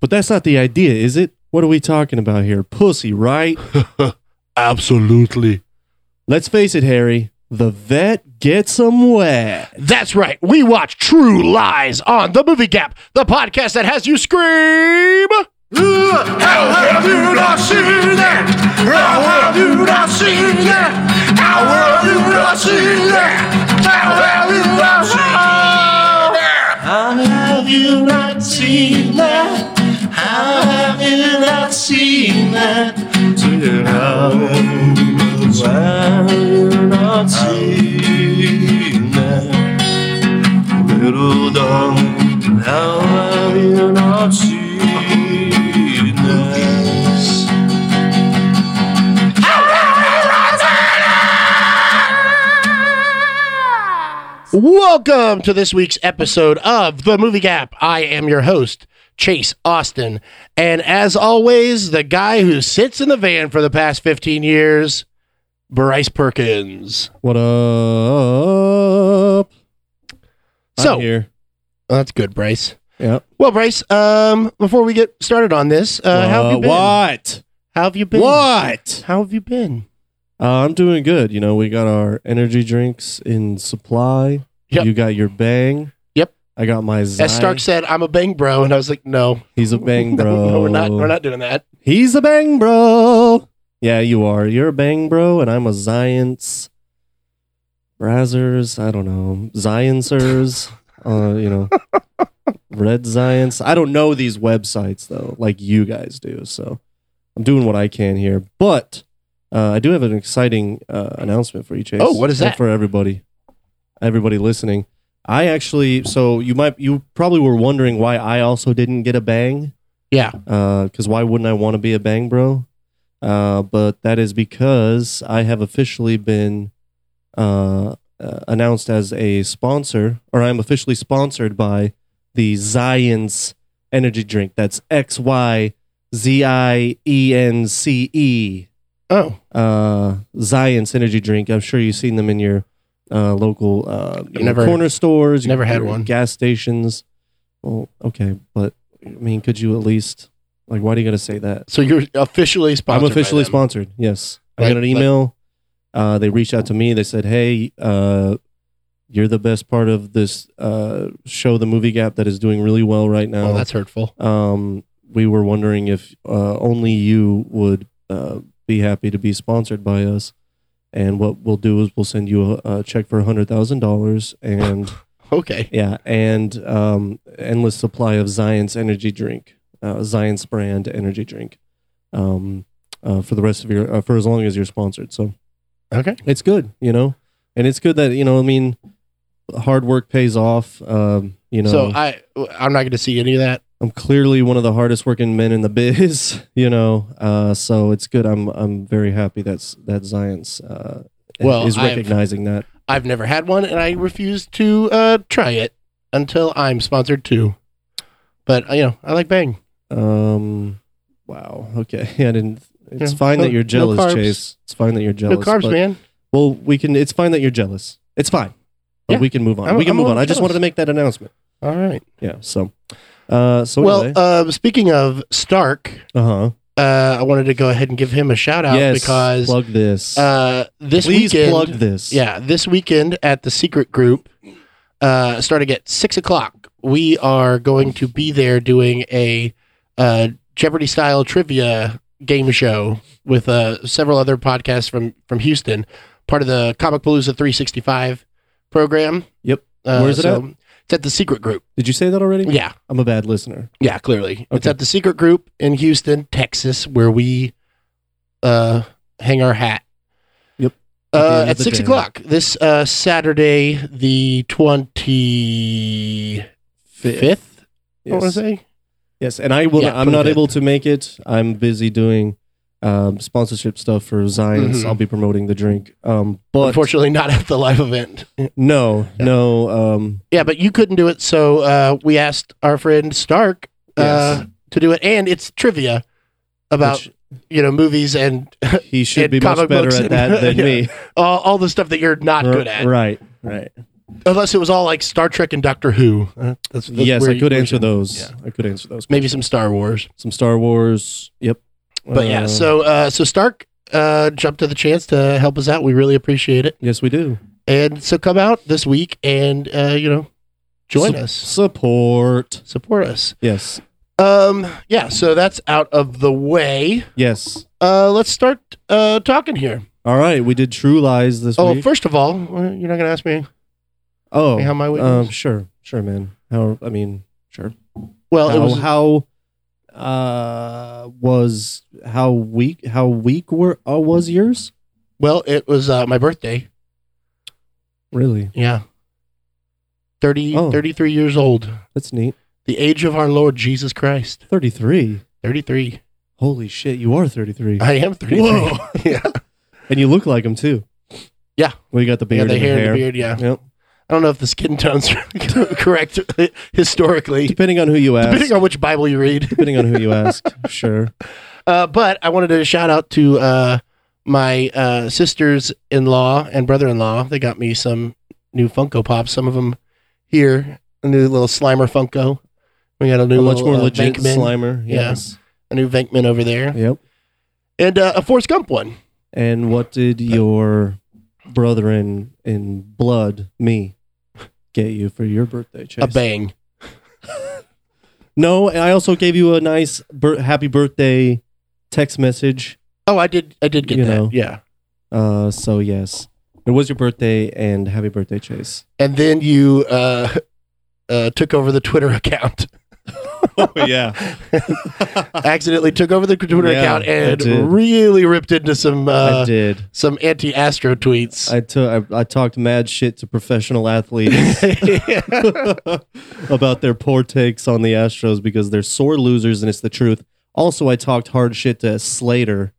But that's not the idea, is it? What are we talking about here? Pussy, right? Absolutely. Let's face it, Harry. The vet gets 'em wet. That's right. We watch True Lies on the Movie Gap, the podcast that has you scream. How have you not seen that? How have you not seen that? How have you not seen that? How have you not seen that? How have you not seen that? How have you not seen that? How have you not seen that? Little darling, how have you not seen that? Welcome to this week's episode of The Movie Gap. I am your host, Chase Austin. And as always, the guy who sits in the van for the past 15 years, Bryce Perkins. What up? So- I'm here. Uh, Oh, that's good, Bryce. Yep. Well, Bryce, um, before we get started on this, uh, how have you been? What? How have you been? What? How have you been? Uh, I'm doing good. You know, we got our energy drinks in supply. Yep. You got your bang. Yep. I got my Zy. As Stark said, I'm a bang bro, and I was like, no, He's a bang No, bro. no, we're not, we're not doing that. He's a bang bro. Yeah, you are. You're a bang bro, and I'm a science. Brazzers, I don't know. Zioncers, uh, you know. Red Science. I don't know these websites though, like you guys do. So I'm doing what I can here, but uh, I do have an exciting uh, announcement for you, Chase. Oh, what is and that? for everybody? Everybody listening. I actually, so you might, you probably were wondering why I also didn't get a bang. Yeah. Because why wouldn't I want to be a bang bro? Uh, but that is because I have officially been uh, uh, announced as a sponsor, or I'm officially sponsored by the Zions energy drink. That's X Y Z I E N C E. Oh, Uh, Zions energy drink. I'm sure you've seen them in your uh, local uh, you know, never- corner stores. never your- had your one. Gas stations. Well, okay, but I mean, could you at least like? Why do you got to say that? so you're officially sponsored. I'm officially by them. sponsored. Yes, I Like- got an email. uh, they reached out to me. They said, "Hey, uh, you're the best part of this uh, show, The Movie Gap, that is doing really well right now. Oh, that's hurtful. um, we were wondering if uh, only you would uh, be happy to be sponsored by us. And what we'll do is we'll send you a, a check for hundred thousand dollars, and Okay. yeah, and um, endless supply of Zion's energy drink, uh, Zion's brand energy drink, um, uh, for the rest of your uh, for as long as you're sponsored. So Okay. it's good, you know, and it's good that you know. I mean, hard work pays off. Um, you know, So I I'm not going to see any of that. I'm clearly one of the hardest working men in the biz, you know. Uh, so it's good. I'm I'm very happy that's that Zions uh, Well, is I've- recognizing that. I've never had one, and I refuse to uh, try it until I'm sponsored too. But uh, you know, I like Bang. Um, wow. Okay. I didn't. It's Yeah. fine No- that you're no jealous, carbs. Chase. It's fine that you're jealous. no carbs, but- man. Well, we can. It's fine that you're jealous. It's fine. But Yeah. we can move on. I'm- we can I'm move all on. I just jealous. wanted to make that announcement. All right. Yeah. So, uh, so Well, anyway, uh, speaking of Stark, uh huh. uh, I wanted to go ahead and give him a shout out Yes. because plug this. uh, this Please weekend, plug this. yeah, this weekend at the Secret Group, uh, starting at six o'clock, we are going to be there doing a uh, Jeopardy style trivia game show with uh, several other podcasts from from Houston, part of the Comic Palooza 365 program. Yep. Uh, Where's it so It's at the Secret Group. Did you say that already? Yeah. I'm a bad listener. Yeah, clearly. It's Okay. at the Secret Group in Houston, Texas, where we uh, hang our hat. Yep. At the Uh, end at of the six day. o'clock this uh, Saturday, the twenty fifth. I want to Yes. say. Yes, and I will. Yeah, I'm not 25th. able to make it. I'm busy doing um, sponsorship stuff for Zions. Mhm. I'll be promoting the drink. Um, but Unfortunately, not at the live event. no, Yeah. no. Um, Yeah, but you couldn't do it, so uh, we asked our friend Stark uh, to do it, and it's trivia about which you know movies and he should and be much comic better books at and- that than Yeah. me. all, all the stuff that you're not good at. Right, right. Unless it was all like Star Trek and Doctor Who. Uh, that's, that's yes, where I you- could where answer you- those. yeah. I could answer those. Maybe some Star Wars. some Star Wars. Yep. But yeah, Uh, so uh, so Stark uh, jumped at the chance to help us out. We really appreciate it. yes, we do. And so come out this week and uh, you know join Sup- us, Support. support us. Yes. Um, yeah. So that's out of the way. Yes. Uh, let's start uh, talking here. All right. We did True Lies this Oh, week. first of all, well, you're not gonna ask me oh, how my week um, was? sure, sure, man. How? I mean, sure. Well, it how, was how uh was how weak how weak were uh, was yours well, it was uh, my birthday. really Yeah. 30, Oh. 33 years old. that's neat The age of our Lord Jesus Christ. 33 33. holy shit you are 33 I am 33. Whoa. yeah. and you look like him too Yeah. well you got the Yeah, beard the and hair, and the beard, yeah. yep I don't know if the skin tone's correct historically, depending on who you ask depending on which Bible you read. depending on who you ask sure Uh, but I wanted to shout out to uh, my uh, sisters in law and brother in law. They got me some new Funko Pops. Some of them here, a new little Slimer Funko. We got a new a much little, more uh, legit Venkman, slimer Yeah. yes a new Venkman over there, yep and uh, a Forrest Gump one. and what did your brother in in blood me get you for your birthday Chase? A bang. No, and I also gave you a nice bir- happy birthday text message. Oh, I did. I did get You that. know. Yeah. Uh, so yes, it was your birthday and happy birthday, Chase. And then you uh, uh, took over the Twitter account. Oh yeah, Accidentally took over the Twitter Yeah, account I and did. really ripped into some I uh, did. some anti-Astro tweets. I took I, I talked mad shit to professional athletes about their poor takes on the Astros because they're sore losers and it's the truth. Also, I talked hard shit to Slater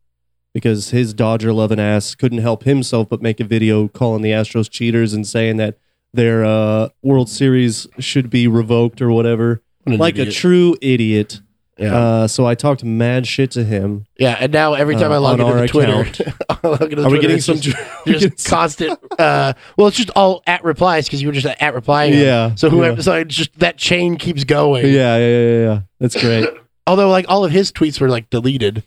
because his Dodger loving ass couldn't help himself but make a video calling the Astros cheaters and saying that their uh, World Series should be revoked or whatever. What an like a idiot. true idiot. yeah. Uh, so I talked mad shit to him. yeah, and now every time uh, I log on into our the Twitter, account. I log into the Are we Twitter, getting it's some? just, we just getting some- constant? Uh, well, it's just all at replies because you were just at replying. Yeah, So whoever, yeah. so it's just that chain keeps going. yeah, yeah, yeah, yeah, yeah. That's great. Although, like all of his tweets were like deleted,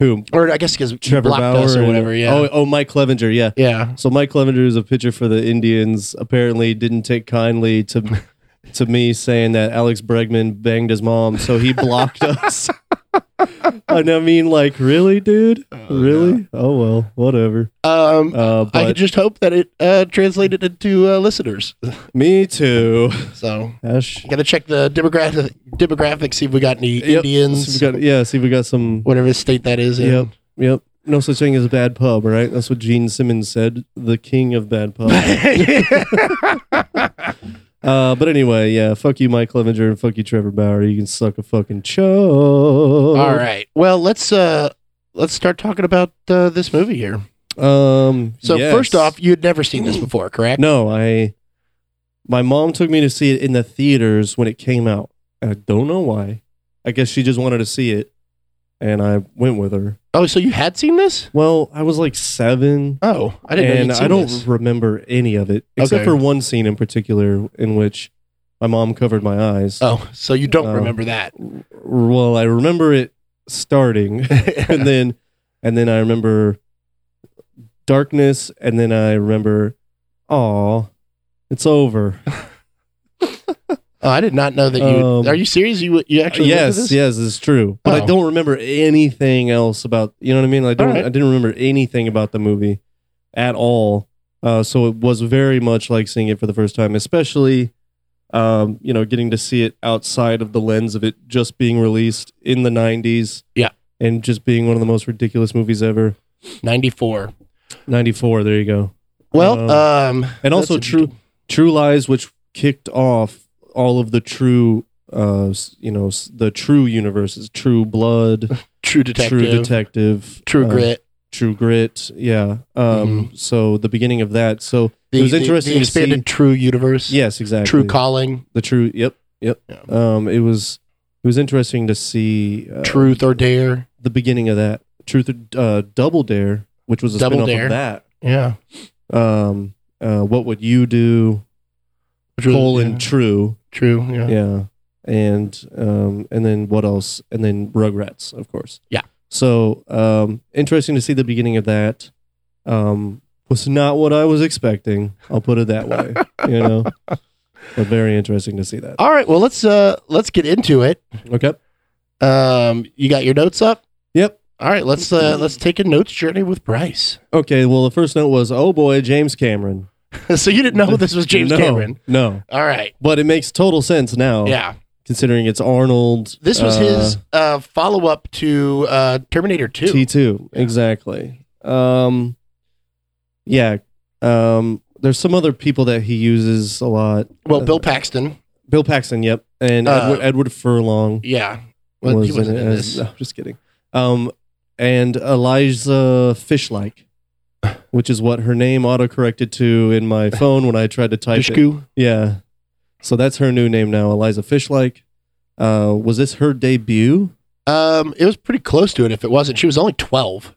Who? or I guess because he Trevor blocked Bauer us or and- whatever. Yeah. Oh, oh, Mike Clevenger. Yeah. yeah. So Mike Clevenger is a pitcher for the Indians. Apparently, didn't take kindly to to me saying that Alex Bregman banged his mom, so he blocked us. and I mean, like, really, dude? really? Oh well, whatever. Um, Uh, I but just hope that it uh, translated into uh, listeners. me too. So Ash. gotta check the demographic demographic, see if we got any Yep. Indians, See if we got, yeah. See, if we got some. whatever state that is. In. Yep. Yep. No such thing as a bad pub, right? That's what Gene Simmons said, the king of bad pub. Uh, but anyway, yeah, fuck you, Mike Clevenger, and fuck you, Trevor Bauer. You can suck a fucking chug. All right. Well, let's uh let's start talking about uh, this movie here. Um. So yes. first off, you had never seen this before, correct? no, I. My mom took me to see it in the theaters when it came out. I don't know why. I guess she just wanted to see it, and I went with her. Oh, so you had seen this? Well, I was like seven, Oh, I didn't and know you'd seen I don't this. remember any of it except Okay. for one scene in particular in which my mom covered my eyes. Oh, so you don't Oh. remember that? well, I remember it starting. and then and then I remember darkness, and then I remember, oh, it's over. oh, I did not know that you. Um, are you serious? You you actually looked at yes, this? yes, it's true. But Oh. I don't remember anything else about you know what I mean. I don't. right. I didn't remember anything about the movie at all. Uh, so it was very much like seeing it for the first time, especially. Um, you know, getting to see it outside of the lens of it just being released in the '90s, Yeah. and just being one of the most ridiculous movies ever. ninety four. '94, there you go. Well, um, and also That's a- true true lies which kicked off all of the true uh s- you know s- the true universes true blood True Detective, true True, detective uh, Grit. Mm-hmm. true grit yeah um so the beginning of that so The, it was the- interesting The, to see- expanded True Universe. yes exactly True Calling, the true yep yep Yeah. um it was it was interesting to see uh, Truth or Dare. the beginning of that truth or- uh double dare which was a Double spin-off Dare. of that Yeah. um uh what would you do Which was, colon yeah, true. true. Yeah. Yeah. And um and then what else? And then Rugrats, of course. Yeah. So um interesting to see the beginning of that. Um was not what I was expecting. I'll put it that way. you know. But very interesting to see that. All right. Well, let's uh let's get into it. Okay. Um, you got your notes up. Yep. All right. Let's uh let's take a notes journey with Bryce. Okay, well the first note was oh boy, James Cameron. so you didn't know this was James No, Cameron. No. All right. But it makes total sense now. Yeah. Considering it's Arnold. This was uh, his uh follow up to uh Terminator Two. T two exactly. Um, yeah. Um, there's some other people that he uses a lot. well, Bill Paxton. Bill Paxton, yep, and Uh, Edward, Edward Furlong Yeah. Well, was he wasn't in as- this. No, just kidding. Um, and Eliza Fishlike, which is what her name autocorrected to in my phone when I tried to type it. Dushku. Yeah. So that's her new name now, Eliza Fishlike. Uh, was this her debut? Um, it was pretty close to it. If it wasn't, she was only twelve.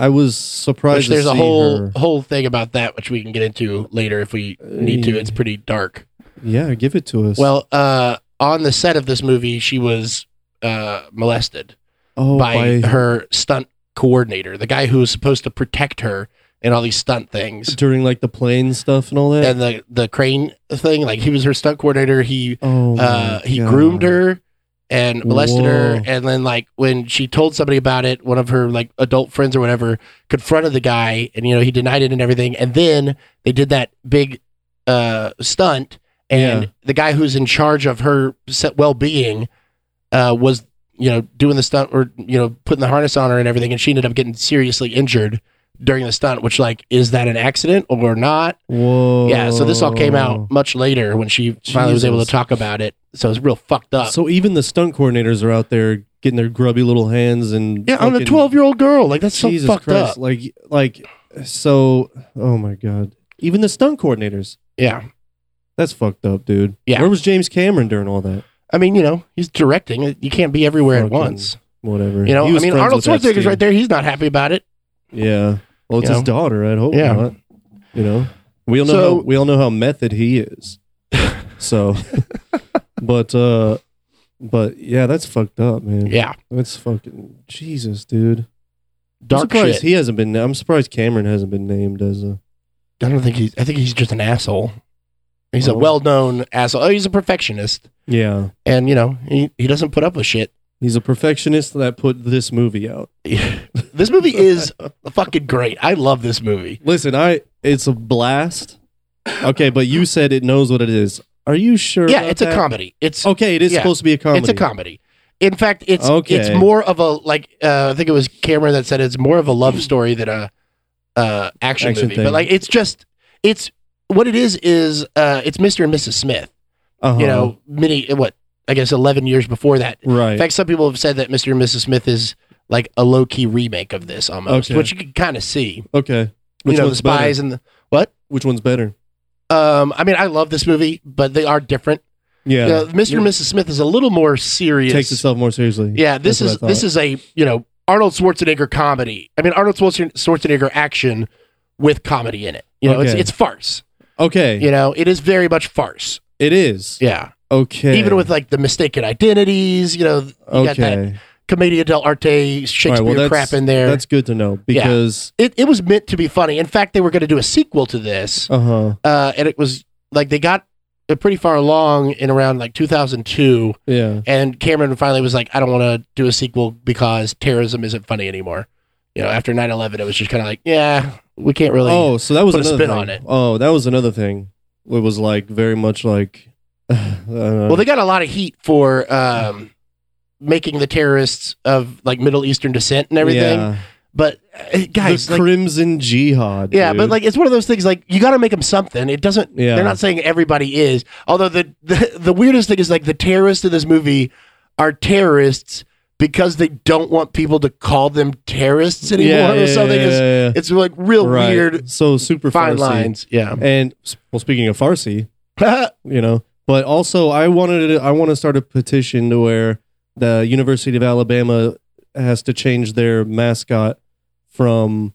I was surprised. Which to there's a see whole her. whole thing about that, which we can get into later if we need to. It's pretty dark. Yeah, give it to us. Well, uh, on the set of this movie, she was uh, molested oh, by, her stunt coordinator, the guy who was supposed to protect her in all these stunt things during like the plane stuff and all that. and the the crane thing. Like he was her stunt coordinator. He oh, my uh, he God. groomed her and molested her. Whoa. And then like when she told somebody about it, one of her like adult friends or whatever confronted the guy, and you know he denied it and everything. And then they did that big uh, stunt, and Yeah. the guy who's in charge of her well being uh, was you know doing the stunt or you know putting the harness on her and everything, and she ended up getting seriously injured during the stunt. Which like is that an accident or not? Whoa. Yeah, so this all came out much later when she finally was able to Oh. Jesus. talk about it. So it's real fucked up. So even the stunt coordinators are out there getting their grubby little hands and yeah, on a fucking- 12 year old girl. Like, that's so Jesus fucked Christ! up. Like, like, so. Oh my God! Even the stunt coordinators. Yeah. That's fucked up, dude. Yeah. Where was James Cameron during all that? I mean, you know, he's directing. You can't be everywhere at Fucking- once. Whatever. You know, He I was mean, friends Arnold with Epstein. Schwarzenegger's right there. He's not happy about it. Yeah. Well, it's You his daughter. I'd hope Yeah. not. You know, we all know So- how, we all know how method he is. So, but uh, but yeah, that's fucked up, man. Yeah. that's fucking Jesus, dude. I'm Dark surprised shit. he hasn't been. I'm surprised Cameron hasn't been named as a. I don't think he's, I think he's just an asshole. He's a Oh. well known asshole. Oh, he's a perfectionist. Yeah, And, you know, he, he doesn't put up with shit. he's a perfectionist that put this movie out. this movie is fucking great. I love this movie. Listen, I it's a blast. Okay, but you said it knows what it is. Are you sure? Yeah, about it's a that? comedy. It's Okay, it is Yeah, supposed to be a comedy. It's a comedy. In fact, it's Okay. it's more of a like uh, I think it was Cameron that said it's more of a love story than a uh, action, Action movie. thing. But like it's just it's what it is is uh, it's Mr. and Mrs. Smith. Uh-huh. You know, many what I guess eleven years before that. right? In fact, some people have said that Mr. and Mrs. Smith is like a low key remake of this almost, Okay. which you can kind of see. okay, Which you know, the one's better? spies and the what? Which one's better? Um, I mean, I love this movie, but they are different. Yeah, You know, Mr. and Mrs. Smith is a little more serious. takes itself more seriously. Yeah, this That's is what I this is a you know Arnold Schwarzenegger comedy. I mean Arnold Schwarzen- Schwarzenegger action with comedy in it. You know, Okay. it's it's farce. Okay, You know, it is very much farce. it is. Yeah, Okay, even with like the mistaken identities. You know, you got that okay, commedia dell'arte Shakespeare that's- crap in there. that's good to know because It it was meant to be funny. In fact, they were going to do a sequel to this, uh huh, uh, and it was like they got pretty far along in around like 2002 yeah, And Cameron finally was like, I don't want to do a sequel because terrorism isn't funny anymore. You know, after 9 11, it was just kind of like, yeah, we can't really. oh, so that was put a another spin thing. on it. Oh, that was another thing. It was like very much like. well, Well, they got a lot of heat for um, making the terrorists of like Middle Eastern descent and everything. Yeah. But uh, guys, the like, Crimson Jihad. yeah, dude. but like it's one of those things like you got to make them something. It doesn't. Yeah. They're not saying everybody is. Although the, the the weirdest thing is like the terrorists in this movie are terrorists because they don't want people to call them terrorists anymore yeah, yeah, or something. yeah, It's- yeah, yeah. It's like real Right. weird So super fine Farsi. lines. Yeah. And well, speaking of Farsi, yeah. you know. But also, I wanted to, I want to start a petition to where the University of Alabama has to change their mascot from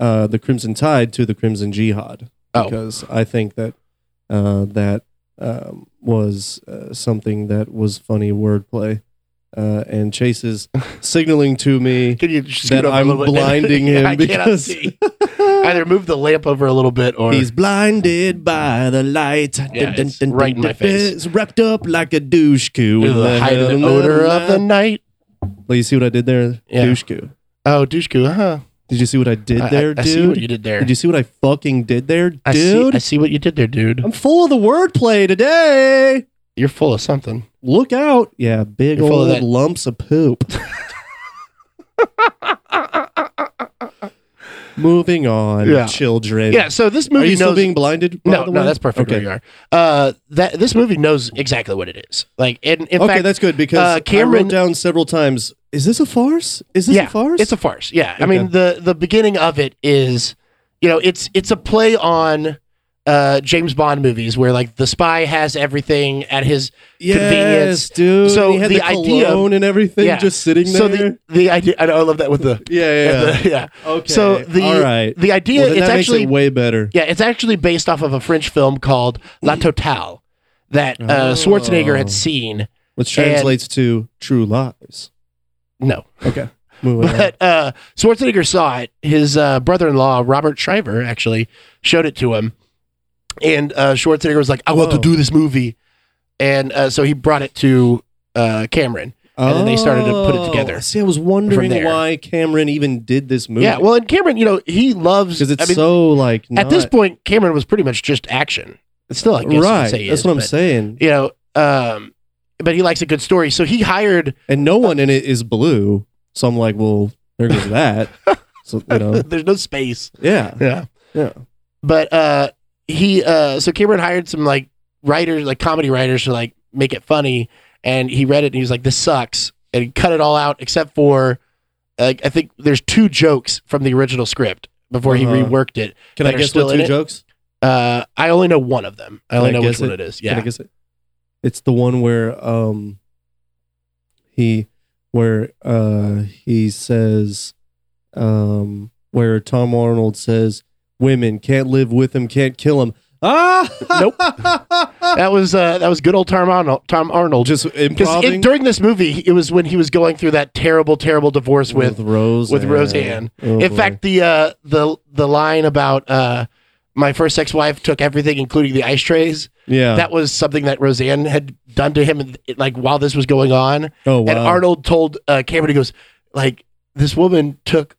uh, the Crimson Tide to the Crimson Jihad Oh. because I think that uh, that um, was uh, something that was funny wordplay. Uh, and Chase is signaling to me Can you just scoot that over a I'm little bit? blinding Yeah, him I cannot because see. either move the lamp over a little bit or He's blinded by the light. Yeah, it's right in my face. It's wrapped up like a douche coo. do the hide and odor of the night. Well, you see what I did there? Yeah. Douche coo. Oh, douchku, huh? Did you see what I did I- there, I, I dude? see what you did there. Did you see what I fucking did there, I see, dude? I see what you did there, dude. I'm full of the wordplay today. You're full of something. Look out. Yeah, big You're full of old that- lumps of poop. Moving on, Yeah. children. Yeah, so this Are movie you still knows being blinded? by No, the no, way? that's perfect where Okay. you are. Uh that this movie knows exactly what it is. Like in, in okay, fact that's good because uh, I Cameron- wrote down several times. Is this a farce? Is this yeah, a farce? It's a farce. Yeah. I Okay. mean the the beginning of it is you know, it's it's a play on uh James Bond movies where like the spy has everything at his yes, convenience. dude. So and he had the the, idea- cologne and everything Yeah. just sitting there. so the the idea I, know, I love that with the yeah, yeah. the- yeah. okay. So the all right. the idea Well, then it's that actually makes it way better. yeah it's actually based off of a French film called La Totale that uh, Oh. Schwarzenegger had seen. Which translates to true lies. No, Okay. Moving on. but uh, Schwarzenegger saw it. His uh, brother-in-law Robert Shriver actually showed it to him, and uh, Schwarzenegger was like, "I want to Whoa. do this movie," and uh, so he brought it to uh, Cameron. and then they started to put it together Oh, See, I was from there. wondering why Cameron even did this movie. Yeah, well, and Cameron, you know, he loves because it's I mean, so like not, at this point, Cameron was pretty much just action. It's still, I guess, you could right. say he That's is, what I'm but- saying. you know, um, but he likes a good story. So he hired, And no one in it is blue. So I'm like, well, there goes that. so you know, there's no space. yeah, Yeah. yeah. But uh, he, uh, so Cameron hired some like writers, like comedy writers to like make it funny. And he read it and he was like, this sucks. And he cut it all out except for, like, I think there's two jokes from the original script before he Uh-huh. reworked it. Can I that are guess still what in two it? jokes? Uh, I only know one of them. I Can only I know which guess one it? it is. Can Yeah. I guess it? It's the one where um he where uh he says um where Tom Arnold says women can't live with him, can't kill him. Ah Nope. That was, uh, that was good old Tom Arnold. Tom Arnold. Just Because improving during this movie, he- it was when he was going through that terrible, terrible divorce with Roseanne. with Roseanne. Oh, In boy. fact, the uh, the the line about uh, my first ex-wife took everything, including the ice trays. yeah. That was something that Roseanne had done to him, like while this was going on. oh wow. And Arnold told uh, Cameron, he goes, like this woman took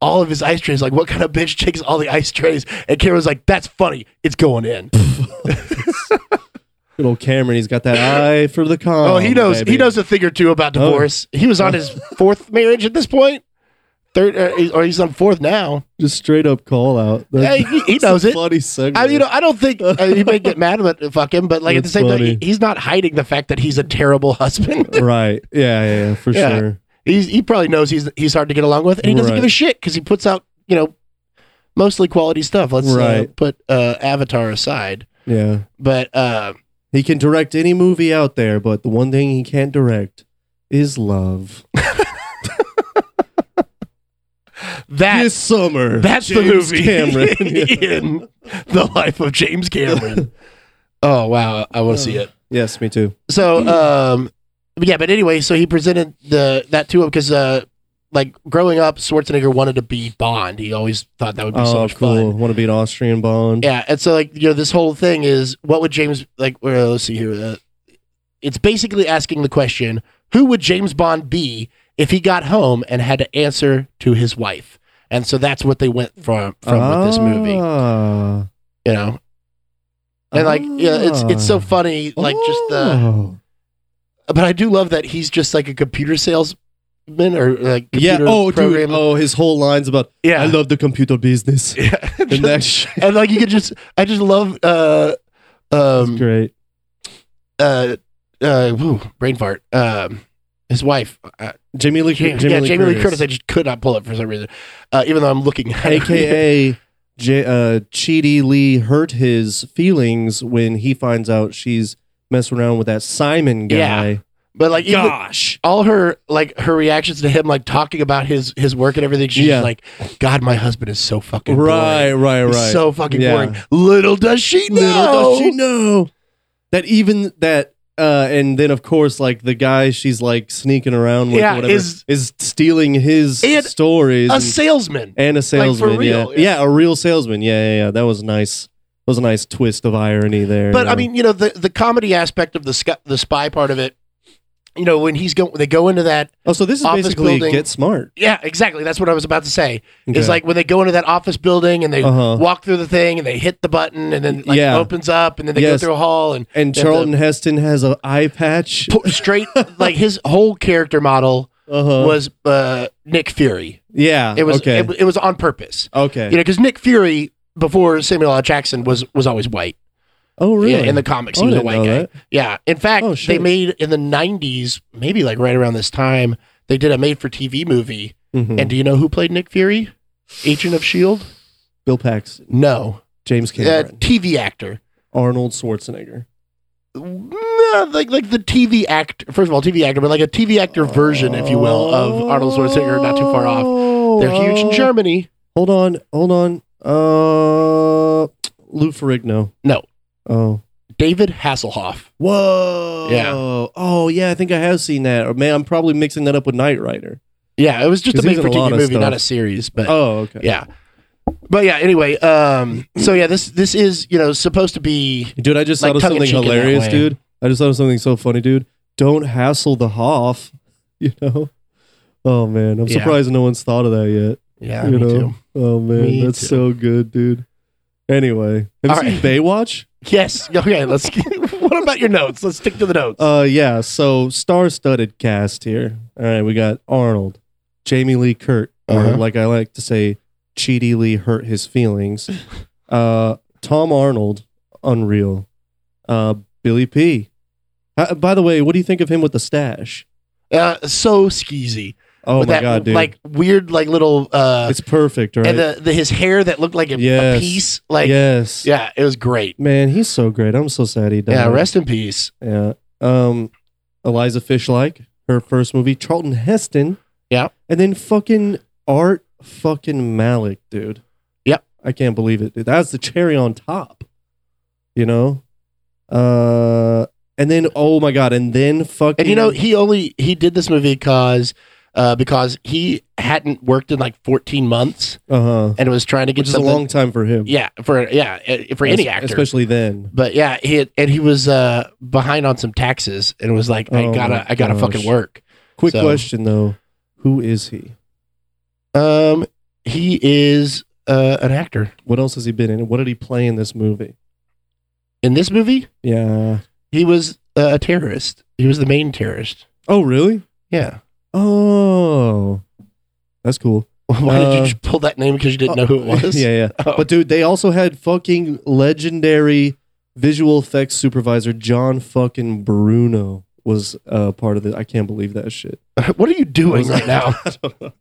all of his ice trays. Like, what kind of bitch takes all the ice trays? And Cameron was like, that's funny. It's going in. Good old Cameron, he's got that eye for the con. Oh, he knows. He knows a thing or two about Oh. divorce. He was on his fourth marriage at this point. Third, uh, or he's on fourth now. Just straight up call out. Yeah, he, he knows it. Funny segment. I, you know, I don't think uh, he may get mad at fuck him, but like at the That's same time, funny. he, he's not hiding the fact that he's a terrible husband. right. Yeah, yeah, yeah for Yeah. sure. he's he probably knows he's he's hard to get along with, and he doesn't Right. give a shit because he puts out you know mostly quality stuff. Let's uh, Right. put uh, Avatar aside, Yeah. but uh, He can direct any movie out there, but the one thing he can't direct is love. that this summer. that's the James movie Cameron. Yeah. in the life of James Cameron. oh wow, I want to see it. Yes, me too. So, um, but yeah, but anyway, so he presented the that to him because, uh, like growing up, Schwarzenegger wanted to be Bond. He always thought that would be so Oh, much cool. fun. Want to be an Austrian Bond? Yeah, and so like you know, this whole thing is what would James like? Well, let's see here. Uh, it's basically asking the question: Who would James Bond be if he got home and had to answer to his wife? And so that's what they went from from with this movie. Ah. You know, and like yeah, it's it's Ah. so funny. Like just the Oh. but I do love that he's just like a computer salesman or like yeah. computer Oh, dude. program. Oh, his whole line's about yeah, I love the computer business. yeah. and that shit and like you could just, I just love, uh, is um, great. uh, uh, whew, brain fart. Um, his wife, uh, Jamie Lee, yeah, Jamie yeah, Jamie Lee Curtis. I just could not pull it for some reason, uh, even though I'm looking. at her. aka J- uh, Cheaty Lee hurt his feelings when he finds out she's messing around with that Simon guy. but like even- Gosh, all her like her reactions to him, like talking about his his work and everything. She's Yeah. like, God, my husband is so fucking boring. right, right, He's right. So fucking Yeah. boring. Little does she know. Little does she know. that even that uh and then of course like the guy she's like sneaking around with Yeah, whatever is- is, stealing his And stories A and- salesman. and a salesman real, yeah. yeah a real salesman yeah yeah yeah that was nice that was a nice twist of irony there But yeah. I mean, you know, the the comedy aspect of the sc- the spy part of it. You know, when he's go, they go into that. oh so this is office basically building- get smart Yeah, exactly. That's what I was about to say. Okay. It's like when they go into that office building and they Uh-huh. walk through the thing and they hit the button and then like Yeah. it opens up and then they Yes. go through a hall and and they have Charlton Heston has an eye patch to put straight like his whole character model uh-huh. was uh, Nick Fury. yeah It was okay it, w- it was on purpose. okay You know, because Nick Fury before Samuel L. Jackson was was always white. oh really Yeah, in the comics, Oh, he I was a didn't white know guy. that. Yeah. In fact, Oh, they shit. made in the '90s, maybe like right around this time, they did a made-for-TV movie. Mhm. And do you know who played Nick Fury? Agent of Shield? Bill Paxton E No, James uh, Cameron TV actor. Arnold Schwarzenegger No, like like the TV act. First of all, TV actor, but like a TV actor version, if you will, of Arnold Schwarzenegger. Not too far off. They're huge in Oh. Germany. Hold on, hold on. Uh, Lou Ferrigno. No. Oh. David Hasselhoff. Whoa. Yeah. Oh yeah, I think I have seen that. Or man, I'm probably mixing that up with Knight Rider. Yeah, it was just a 'Cause he's in a made-for-TV lot of movie, stuff. not a series. But Oh okay. yeah. But yeah, anyway, um, so yeah, this this is you know supposed to be Dude, I just Like thought of something tongue-in-cheek in that hilarious, way. dude. I just thought of something so funny, dude. Don't hassle the Hoff. You know. Oh man, I'm Yeah. surprised no one's thought of that yet. yeah, you me know. too. Oh man, Me that's too. so good, dude. Anyway, have All you seen right. Baywatch? Yes. Okay. Let's. what about your notes? Let's stick to the notes. Uh, yeah. So star-studded cast here. All right, we got Arnold, Jamie Lee Kurt, or Uh-huh. like I like to say, Cheaty Lee hurt his feelings. Uh, Tom Arnold, unreal. Uh, Billy P. Uh, by the way, what do you think of him with the stash? Uh, so skeezy. Oh With my that, god, dude! Like weird, like little. Uh, it's perfect, right? and the, the his hair that looked like a, a Yes. piece. Like yes. yeah, it was great. Man, he's so great. I'm so sad he died. Yeah. Rest in peace. Yeah. Um, Eliza Fishlike, her first movie, Charlton Heston. Yeah. And then fucking Art fucking Malik, dude. Yep. I can't believe it, dude. That's the cherry on top. You know? Uh and then oh my god, and then fucking And you know he only he did this movie because. Uh, because he hadn't worked in like 14 months uh-huh. and was trying to get Which is a something. long time for him. yeah, for yeah, eh, for any Es- actor. Especially then. but yeah, he had, and he was uh, behind on some taxes and was like, I Oh gotta, my I gotta fucking gosh. work. Quick So- question though. Who is he? Um, he is uh, an actor What else has he been in? What did he play in this movie? in this movie. Yeah. He was uh, a terrorist. He was the main terrorist. Oh really? Yeah. Oh. That's cool. Why did you Uh, just pull that name because you didn't know who it was? yeah, yeah. Oh. But dude, they also had fucking legendary visual effects supervisor John fucking Bruno was uh, part of it. I can't believe that shit. what are you doing I right now? don't know.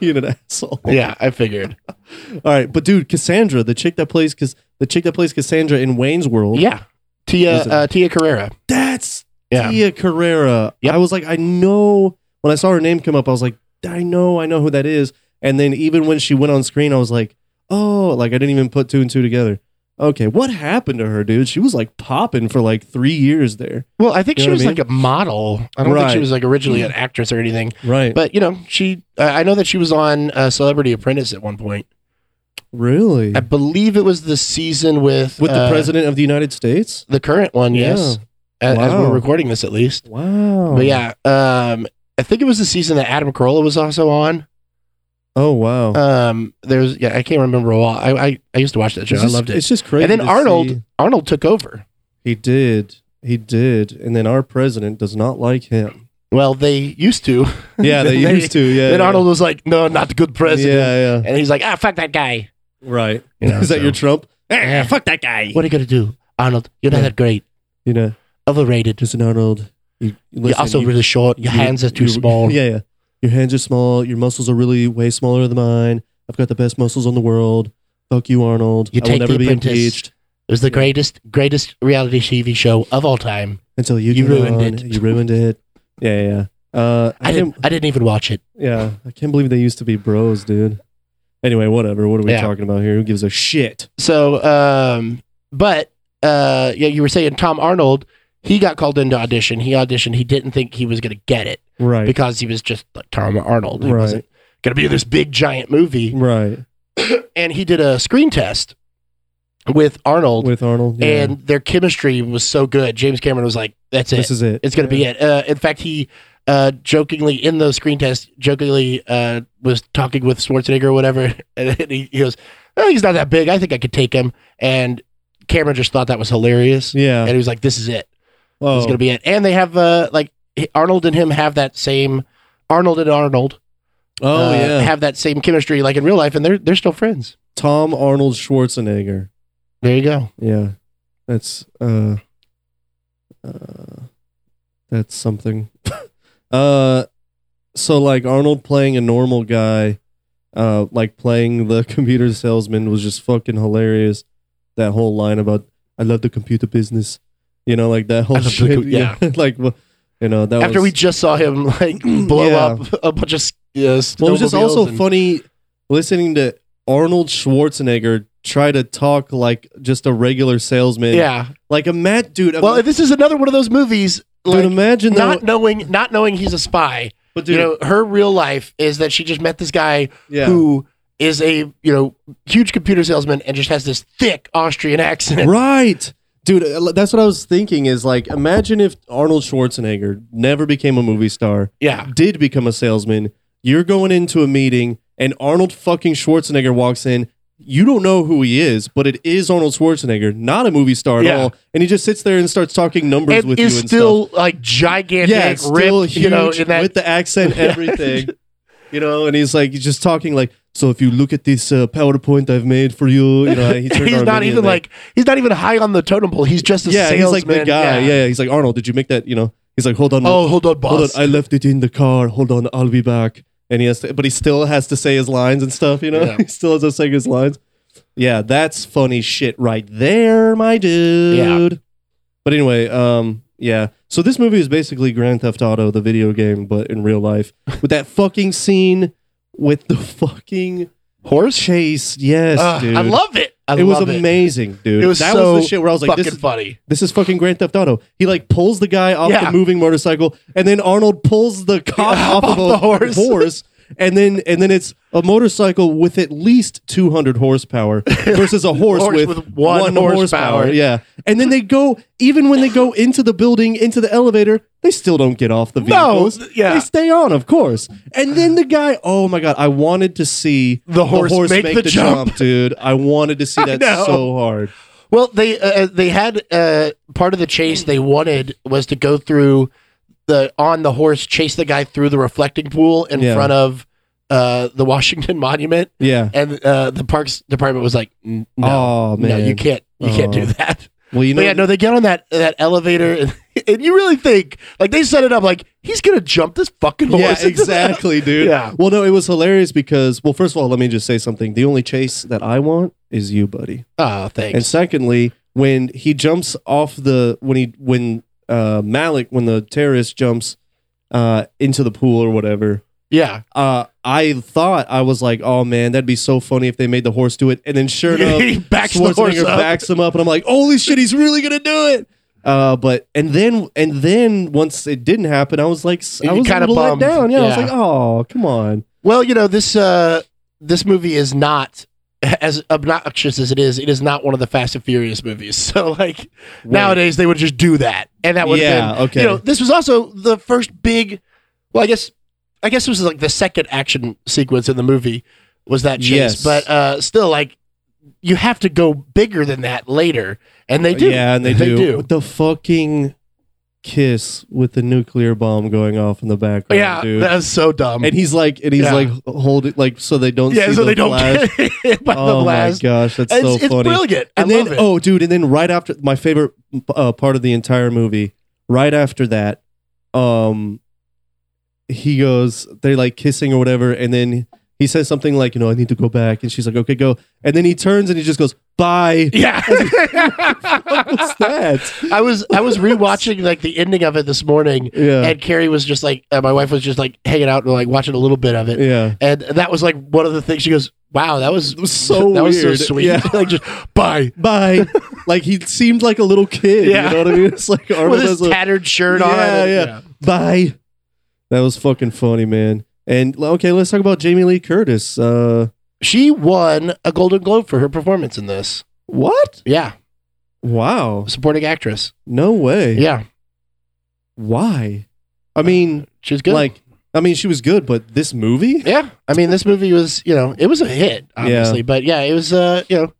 Being an asshole. yeah, I figured. All right, but dude, Cassandra, the chick that plays Cass- the chick that plays Cassandra in Wayne's World. Yeah, Tia Listen. uh, Tia Carrera. that's Yeah. Tia Carrera. Yep. I was like, I know when I saw her name come up, I was like, I know, I know who that is. And then even when she went on screen, I was like, oh, like I didn't even put two and two together. Okay, what happened to her, dude? She was like popping for like three years there. Well, I think You she know what was I mean? like a model. I don't think she Right. was like originally an actress or anything. Right. But you know, she. Uh, I know that she was on uh, Celebrity Apprentice at one point. really? I believe it was the season with With the uh, president of the United States? the current one. Yeah. Yes, A- as Wow. Oh. we're recording this, at least. Wow. But yeah, um, I think it was the season that Adam Carolla was also on. Oh wow. Um, there's yeah, I can't remember all. I I, I used to watch that show. It's I just- loved it. It's just crazy. And then to Arnold see. Arnold took over. He did. He did. And then our president does not like him. Well, they used to. Yeah, they They- used to. Yeah. then yeah. Arnold was like, "No, not the good president." Yeah, yeah. And he's like, "Ah, fuck that guy." Right. You know, Is that so- your Trump? Eh, Yeah. fuck that guy. What are you gonna do, Arnold? You're not Yeah. that great. You know, Overrated. listen, Arnold. You, You're listen, also you- really short. Your you- hands are too you- small. Yeah, yeah. Your hands are small. Your muscles are really way smaller than mine. I've got the best muscles in the world. Fuck you, Arnold. I You will take never the be apprentice. impeached It was the greatest, greatest reality TV show of all time. until you. You get ruined on. it. You ruined it. Yeah, yeah. yeah. Uh, I, I can't, didn't. I didn't even watch it. yeah, I can't believe they used to be bros, dude. Anyway, whatever. What are we Yeah. talking about here? Who gives a shit? So, um, but uh, yeah, you were saying Tom Arnold, he got called into audition. He auditioned. He didn't think he was going to get it Right. because he was just like Tom Arnold. He Right. wasn't going to be in this big giant movie. right. And he did a screen test with Arnold, With Arnold. yeah. and their chemistry was so good. James Cameron was like, "That's it. this is it. it's going to be it." Uh, in fact, he uh, jokingly in the screen test, jokingly uh, was talking with Schwarzenegger or whatever, and he, he goes, oh, "He's not that big. I think I could take him." And Cameron just thought that was hilarious. Yeah. And he was like, "This is it. oh, This is gonna be it." And they have uh, like h- Arnold and him have that same Arnold and Arnold. oh uh, yeah. have that same chemistry like in real life, and they're they're still friends. Tom Arnold Schwarzenegger. There you go. Yeah. That's uh, uh that's something. uh so like Arnold playing a normal guy, uh like playing the computer salesman was just fucking hilarious. That whole line about I love the computer business. You know, like that whole I love the shit. co- yeah. like wh- you know, that After was we just saw him like blow Yeah. up a bunch of s- uh, Well, it was just snowmobiles also and- funny listening to Arnold Schwarzenegger try to talk like just a regular salesman. Yeah. Like a Matt dude. Well, this is another one of those movies. dude, Like, imagine not that. knowing, not knowing he's a spy. But dude, You know, her real life is that she just met this guy yeah. who is a you know huge computer salesman and just has this thick Austrian accent. right. Dude, uh, that's what I was thinking is like imagine if Arnold Schwarzenegger never became a movie star, Yeah. did become a salesman. You're going into a meeting and Arnold fucking Schwarzenegger walks in. You don't know who he is, but it is Arnold Schwarzenegger, not a movie star at Yeah. all. And he just sits there and starts talking numbers And with you is and stuff. still like gigantic, yeah, yeah, it's still huge you know, in that with the accent, Yeah. everything. you know, and he's like, he's just talking like, so if you look at this uh, PowerPoint I've made for you, you know, he turned he's not Armenian even there. like he's not even high on the totem pole. He's just a yeah, he's salesman. like the guy. Yeah. he's like Arnold. Did you make that? You know, he's like, hold on, Oh, hold on, hold on, boss. I left it in the car. Hold on, I'll be back. And he has to, but he still has to say his lines and stuff. You know, Yeah. he still has to say his lines. Yeah, that's funny shit right there, my dude. But anyway, um, yeah. So this movie is basically Grand Theft Auto, the video game, but in real life, with that fucking scene with the fucking Horse. chase. Yes, Ugh, dude. I love it. I it was love amazing, dude. It was that so was the shit where I was like, fucking this is funny. this is fucking Grand Theft Auto. He like pulls the guy off Yeah. the moving motorcycle, and then Arnold pulls the cop Yeah, off, of off a the horse. horse, and then and then it's a motorcycle with at least two hundred horsepower versus a horse, Horse with, with one horsepower. Yeah, and then they go even when they go into the building into the elevator, they still don't get off the No, vehicles. th- yeah. they stay on, of course. And then the guy, oh my god, I wanted to see The horse make the jump. dude. I wanted to see I that know. so hard. Well, they uh, they had uh, part of the chase they wanted was to go through the on the horse chase the guy through the reflecting pool in Yeah. front of uh, the Washington Monument, Yeah. and uh, the Parks Department was like, "N- "No, Oh man, no, you can't, you can't do Oh. that." Well, you know, but yeah, no, they get on that that elevator, and, and you really think like they set it up like he's gonna jump this fucking horse. yeah, into the- exactly, dude. Yeah. Well, no, it was hilarious because, well, first of all, let me just say something. The only chase that I want is you, buddy. Oh, thanks. And secondly, when he jumps off the when he when uh Malik when the terrorist jumps uh into the pool or whatever. yeah, Uh, I thought I was like, oh man, that'd be so funny if they made the horse do it, and then sure enough, he backs the horse Schwarzenegger up. backs him up, and I'm like, holy shit, he's really gonna do it. Uh, but and then and then once it didn't happen, I was like, s- I You was kind kinda of let bummed. down. Yeah, I was Yeah. like, oh, come on. Well, you know this uh, this movie is not as obnoxious as it is. It is not one of the Fast and Furious movies. So like nowadays they would just do that, and that would yeah, Been, okay. You know, this was also the first big. Well, I guess I guess this was like the second action sequence in the movie was that chase, Yes. but uh, still like you have to go bigger than that later, and they do. Yeah, and they, do. The fucking kiss with the nuclear bomb going off in the background, yeah, dude. that's so dumb. and he's like, and he's Yeah. like, hold it, like, so they don't. yeah, see so the they don't flash. get hit by oh the blast. my gosh, that's It's, so it's funny. brilliant. I and love then it. oh dude and then right after my favorite uh, part of the entire movie right after that um he goes they're like kissing or whatever and then he says something like you know i need to go back and she's like okay go and then he turns and he just goes bye Yeah. what's that I was I was rewatching like the ending of it this morning, yeah and Carrie was just like, uh, my wife was just like hanging out and like watching a little bit of it, yeah and that was like one of the things she goes, Wow, that was, was so that was weird. so sweet. Yeah. like just bye. Bye. like he seemed like a little kid. Yeah. You know what I mean? It's like Arnold With his has a- tattered shirt yeah, on. and- Yeah, Bye. That was fucking funny, man. And okay, let's talk about Jamie Lee Curtis. Uh, She won a Golden Globe for her performance in this. what? Yeah, Wow. supporting actress. No way. Yeah, Why? I mean, she's good. like, I mean, she was good, but this movie? yeah, I mean, this movie was, you know, it was a hit, obviously, but yeah, it was, uh, you know,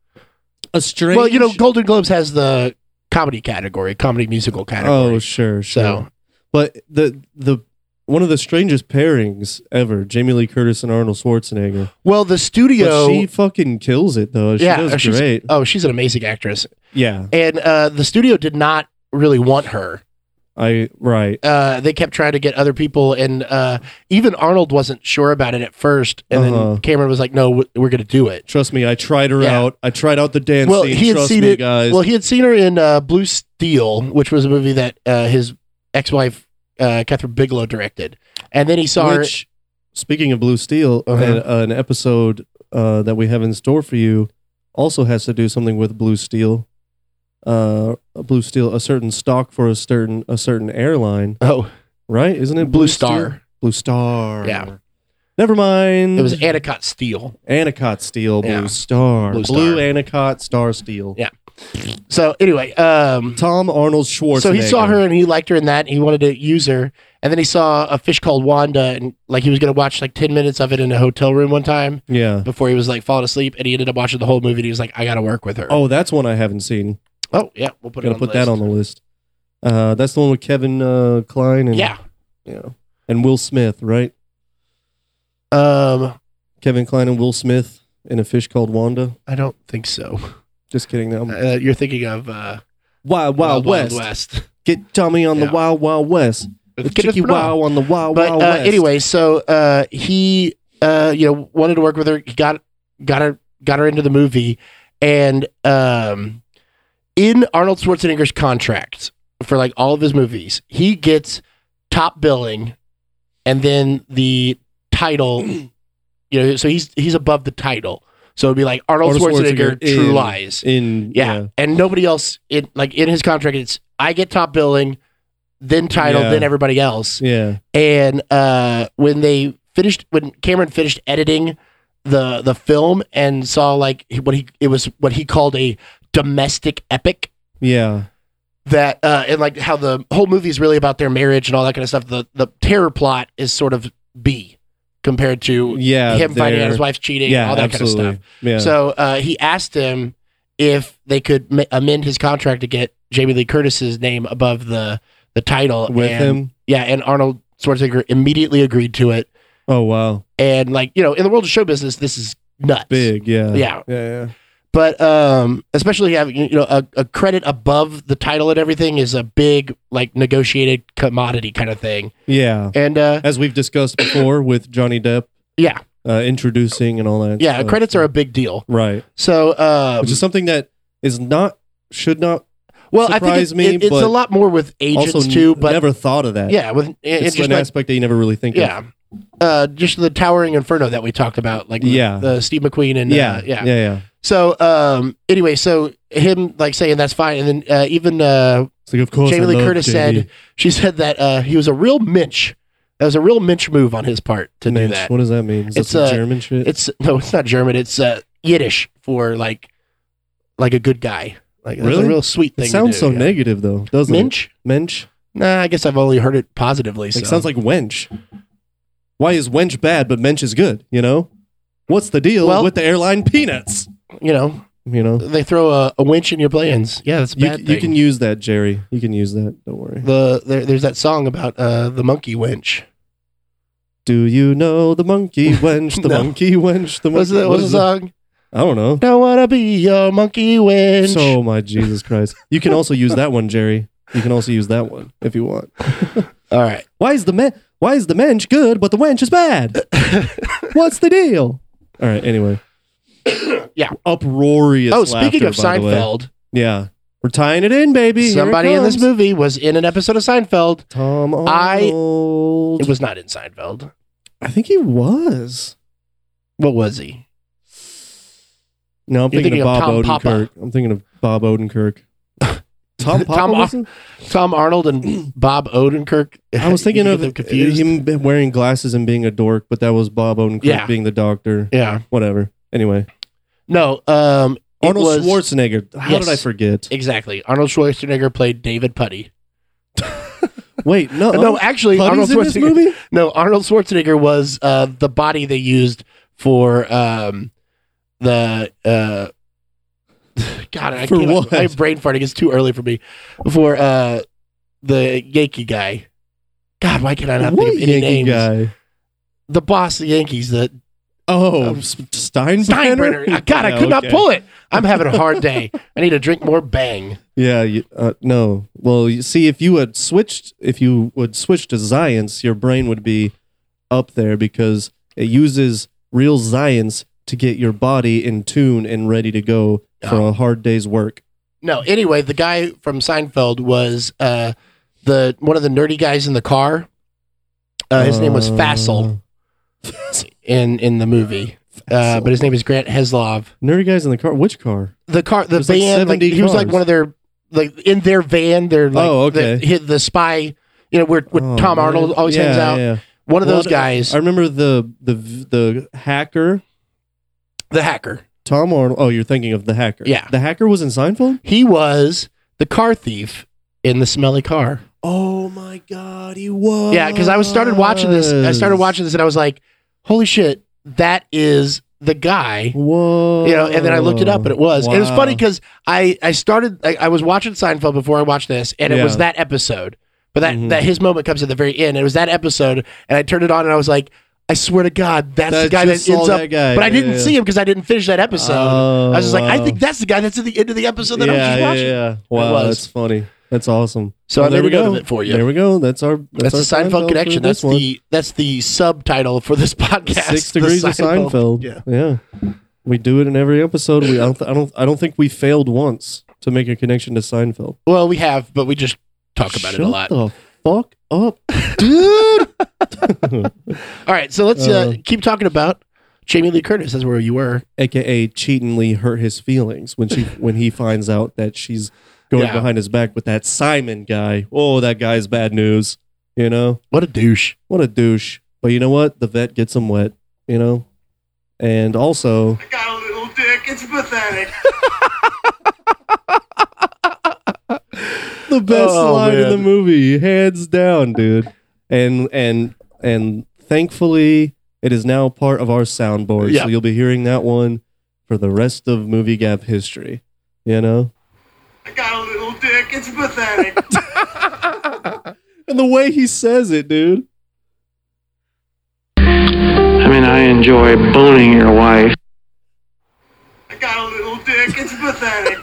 A strange. well, you know, Golden Globes has the comedy category, comedy musical category. Oh, sure, sure. so But the the one of the strangest pairings ever, Jamie Lee Curtis and Arnold Schwarzenegger. well, the studio. But she fucking kills it though. She Yeah, does she's- great. oh, she's an amazing actress, Yeah. and uh, the studio did not really want her. I right. uh, they kept trying to get other people, and uh, even Arnold wasn't sure about it at first. And Uh-huh. then Cameron was like, "No, w- we're going to do it." Trust me, I tried her Yeah. out. I tried out the dance Well, scene. he had Trust seen me, it- guys. Well, he had seen her in uh, Blue Steel, which was a movie that uh, his ex-wife uh, Catherine Bigelow directed, and then he saw her. Which, speaking of Blue Steel, Uh-huh. an, uh, an episode uh, that we have in store for you also has to do something with Blue Steel. Uh, Blue Steel, a certain stock for a certain a certain airline, Oh, right? Isn't it Blue, Star. Steel? Blue Star. Yeah. Never mind. It was Anacott Steel. Anacott Steel, Blue Yeah. Star, Blue Blue, Star. Anacott Star Steel. Yeah. So anyway, um, Tom Arnold Schwarzenegger. so he saw her and he liked her in that. He wanted to use her, and then he saw a fish called Wanda, and like he was going to watch like ten minutes of it in a hotel room one time. Yeah. before he was like falling asleep, and he ended up watching the whole movie. And he was like, "I got to work with her." Oh, that's one I haven't seen. Oh, yeah, we'll put it. Gotta on put the that list. on the list. Uh, that's the one with Kevin uh, Klein and Yeah. Yeah. And Will Smith, right? Um, Kevin Klein and Will Smith in a fish called Wanda. I don't think so. Just kidding. That I'm- Uh, you're thinking of uh, Wild Wild, West. West. Get Tommy on Yeah. the Wild Wild West. The Kid Chicky is Brown. Wow on the Wild But Wild uh, West. anyway, so uh, he, uh, you know, wanted to work with her. He got got her got her into the movie, and um, in Arnold Schwarzenegger's contract for like all of his movies, he gets top billing, and then the title. You know, so he's he's above the title. So it'd be like Arnold, Arnold Schwarzenegger, Schwarzenegger True in- Lies. in Yeah. and nobody else. It like in his contract, it's I get top billing, then title, Yeah. then everybody else. yeah, And uh, when they finished, when Cameron finished editing the the film and saw like what he it was what he called a domestic epic yeah, that uh, and like how the whole movie is really about their marriage and all that kind of stuff. The the terror plot is sort of B compared to yeah. him finding out there. his wife's cheating, yeah, and all that absolutely. kind of stuff. Yeah, So uh, he asked him if they could ma- amend his contract to get Jamie Lee Curtis's name above the the title. with and, him. yeah, and Arnold Schwarzenegger immediately agreed to it. Oh wow, And like you know, in the world of show business, this is nuts. big. Yeah, Yeah. yeah, yeah. But um, especially having you know a, a credit above the title and everything is a big like negotiated commodity kind of thing. yeah. And uh, As we've discussed before with Johnny Depp. Yeah. uh, introducing and all that. yeah, stuff. credits are a big deal. right, So um, which is something that is not should not well, I think it's, surprise me, it- it's but a lot more with agents also too. But never thought of that. yeah, with it- it's it's just an like aspect that you never really think of. yeah uh just the towering inferno that we talked about like Yeah. the steve mcqueen and yeah. yeah, Uh, yeah yeah, yeah. so um anyway so him like saying that's fine and then uh, even uh It's like, of course, jamie I lee love curtis Jamie. said she said that uh he was a real minch that was a real minch move on his part to Mensch. do that What does that mean? Is It's, it's that uh, some German shit. it's no it's not german it's uh yiddish for like like a good guy like that's Really? a real sweet thing it sounds to so do, yeah. negative though, doesn't it? minch Mensch. nah i guess i've only heard it positively so. It sounds like wench. Why is wench bad but mensch is good? You know, what's the deal Well- with the airline peanuts? you know You know, they throw a, a winch in your plans yeah that's a you, bad you thing. can use that, Jerry. You can use that. Don't worry. the there, there's that song about uh, the monkey winch. Do you know the monkey wench? The No. monkey wench. The What's monkey. the, what what's the is song? it? I don't know. Don't wanna be your monkey winch. So my Jesus Christ. You can also use that one, Jerry. You can also use that one if you want. All right, Why is the men why is the mensch good but the wench is bad? What's the deal? All right, anyway. Yeah. Uproarious. oh, speaking laughter, of by the way. Seinfeld, Yeah. We're tying it in, baby. Here it somebody in this comes. movie was in an episode of Seinfeld. Tom I- Arnold. It was not in Seinfeld. I think he was. What was he? No, I'm You're thinking, thinking of of Bob Tom Papa. Odenkirk. I'm thinking of Bob Odenkirk. Tom Papa. Tom Ar- was it? Tom Arnold and Bob Odenkirk. I was thinking You of get them confused. him wearing glasses and being a dork, but that was Bob Odenkirk Yeah. being the doctor. yeah. Whatever. Anyway, No. Um. it Arnold was- Schwarzenegger. How Yes. did I forget? Exactly. Arnold Schwarzenegger played David Putty. Wait, no, no, actually, Arnold Putty's in this Schwarzenegger. movie. No, Arnold Schwarzenegger was uh, the body they used for um, the. Uh, God, I For can't, what? I'm brain farting. It's too early for me. For uh, the Yankee guy. God, why can I not What think of any Yankee names? guy? The boss of the Yankees, the Oh, Um, S- Steinbrenner. Steinbrenner. Ah, God, I Yeah, could not okay. pull it. I'm having a hard day. I need to drink more bang. Yeah, you, uh, no. Well, you see, if you had switched, if you would switch to science, your brain would be up there because it uses real science to get your body in tune and ready to go for a hard day's work. No, anyway, the guy from Seinfeld was uh, the one of the nerdy guys in the car. Uh, his name was Fassel Oh. in in the movie, uh, but his name is Grant Heslov. nerdy guys in the car. Which car? The car, the There's like van, like, 70 he was like cars. one of their like in their van. They're like Oh, okay. the, hit the spy. You know where, where Oh, Tom man. Arnold always Yeah, hangs out. yeah. One of those Well, guys, I remember the the the hacker the hacker. Tom Arnold. Oh, you're thinking of the hacker. Yeah. the hacker was in Seinfeld. He was the car thief in the smelly car. Oh my God, he was. Yeah, because I was started watching this. I started watching this, and I was like, "Holy shit, that is the guy." Whoa. You know, and then I looked it up, and it was. And it was Wow. funny because I I started I, I was watching Seinfeld before I watched this, and it was Yeah. that episode. But that Mhm. that his moment comes at the very end. It was that episode, and I turned it on, and I was like, "I swear to God, that's the guy that just ends saw up." that guy. But I Yeah, didn't yeah. see him because I didn't finish that episode. Oh, I was just like, "I wow. think that's the guy that's at the end of the episode that I was Oh. Yeah, just yeah, watching." yeah. Wow, was. that's funny. That's awesome. So I Well, made a note of it for you. There we go. That's our That's, the our Seinfeld for connection. this That's the that's the subtitle for this podcast. Six The degrees of Seinfeld. Yeah. yeah. We do it in every episode. We I don't, I don't I don't think we failed once to make a connection to Seinfeld. Well, we have, but we just talk about Shut it a lot. The fuck up, dude. All right, so let's uh, Uh, keep talking about Jamie Lee Curtis. That's where you were. AKA cheatingly hurt his feelings when she when he finds out that she's going Yeah. behind his back with that Simon guy. Oh, that guy's bad news. You know. What a douche! What a douche. But you know what? The vet gets him wet, you know? And also, I got a little dick. It's pathetic. the best Oh, line in the man. movie, hands down, dude. And and and thankfully it is now part of our soundboard. Yeah. So you'll be hearing that one for the rest of movie gap history. You know? I got a little dick. It's pathetic. And the way he says it, dude. I mean, I enjoy boning your wife. I got a little dick. It's pathetic.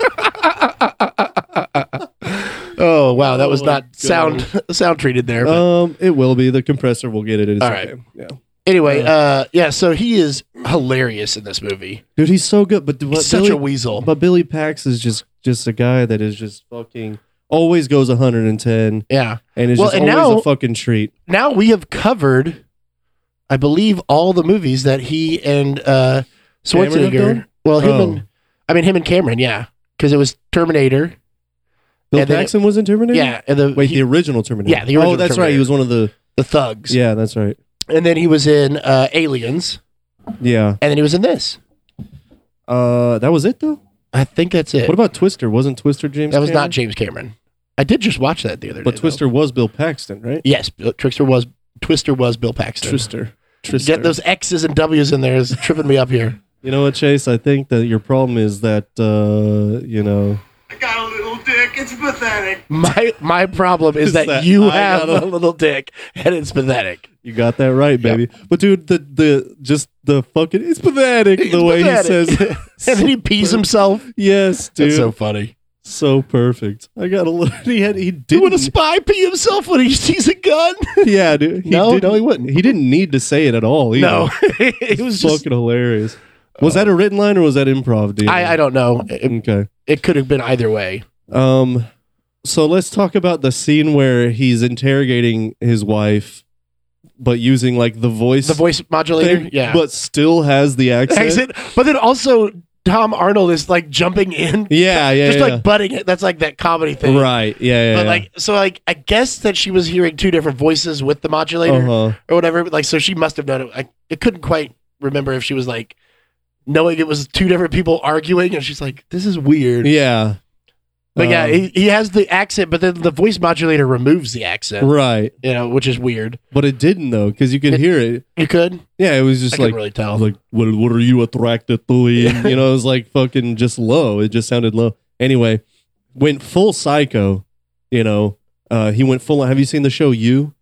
Oh wow, that was Oh, not God. sound sound treated there. but- Um, it will be. The compressor will get it. It's All okay. Yeah. anyway, uh, uh, yeah, so he is hilarious in this movie. Dude, he's so good. But, but He's such Billy- a weasel. But Billy Pax is just just a guy that is just fucking always goes 110 yeah. and is Well, just and always now- a fucking treat. Now we have covered, I believe, all the movies that he and uh, Cameron have Schwarzenegger. done? Well, him Oh. and I mean him and Cameron. Yeah, because it was Terminator. Bill And then it- Paxton was in Terminator. Yeah, and the Wait, he- the original Terminator. Yeah, the original Oh, that's right. Terminator. He was one of the. the thugs. Yeah, that's right. And then he was in uh, Aliens, Yeah. and then he was in this. Uh, that was it though. I think that's it. What about Twister? Wasn't Twister James? that was Cameron? not James Cameron. I did just watch that the other day. But though. Twister was Bill Paxton, right? yes, Bill- Trickster was Twister was Bill Paxton. Twister. Twister. Get those X's and W's in there is tripping me up here. You know what, Chase? I think that your problem is that uh, you know I got a little dick. It's pathetic. My my problem is, Is that, that you I have gotta- a little dick and it's pathetic. You got that right, baby. But dude, the the just the fucking it's pathetic the way he says. and then he pees himself. yes, dude, That's so, so funny. perfect. I got a little. He had he Would a didn't. spy pee himself when he sees a gun? yeah, dude. He No, didn't, no, he wouldn't. He didn't need to say it at all. Either. No, it was just. fucking hilarious. Was that a written line or was that improv, dude? I, I don't know. It, Okay. it could have been either way. Um, so let's talk about the scene where he's interrogating his wife, but using like the voice, The voice modulator, thing, yeah. but still has the accent. exit. But then also Tom Arnold is like jumping in, Yeah, yeah, just yeah. like butting it. That's like that comedy thing, right. Yeah, yeah. But yeah. like, so like, I guess that she was hearing two different voices with the modulator Uh-huh. or whatever. Like, so she must have known it. I, I couldn't quite remember if she was like knowing it was two different people arguing, and she's like, "This is weird." Yeah. But yeah, Um, he, he has the accent, but then the voice modulator removes the accent, right. you know, which is weird. But it didn't though, because you could It- hear it. You could, Yeah, it was just I like could really tell. like, what, what are you attracted to? And, you know, it was like fucking just low. It just sounded low. Anyway, went full psycho. You know, uh, he went full. on- Have you seen the show? You?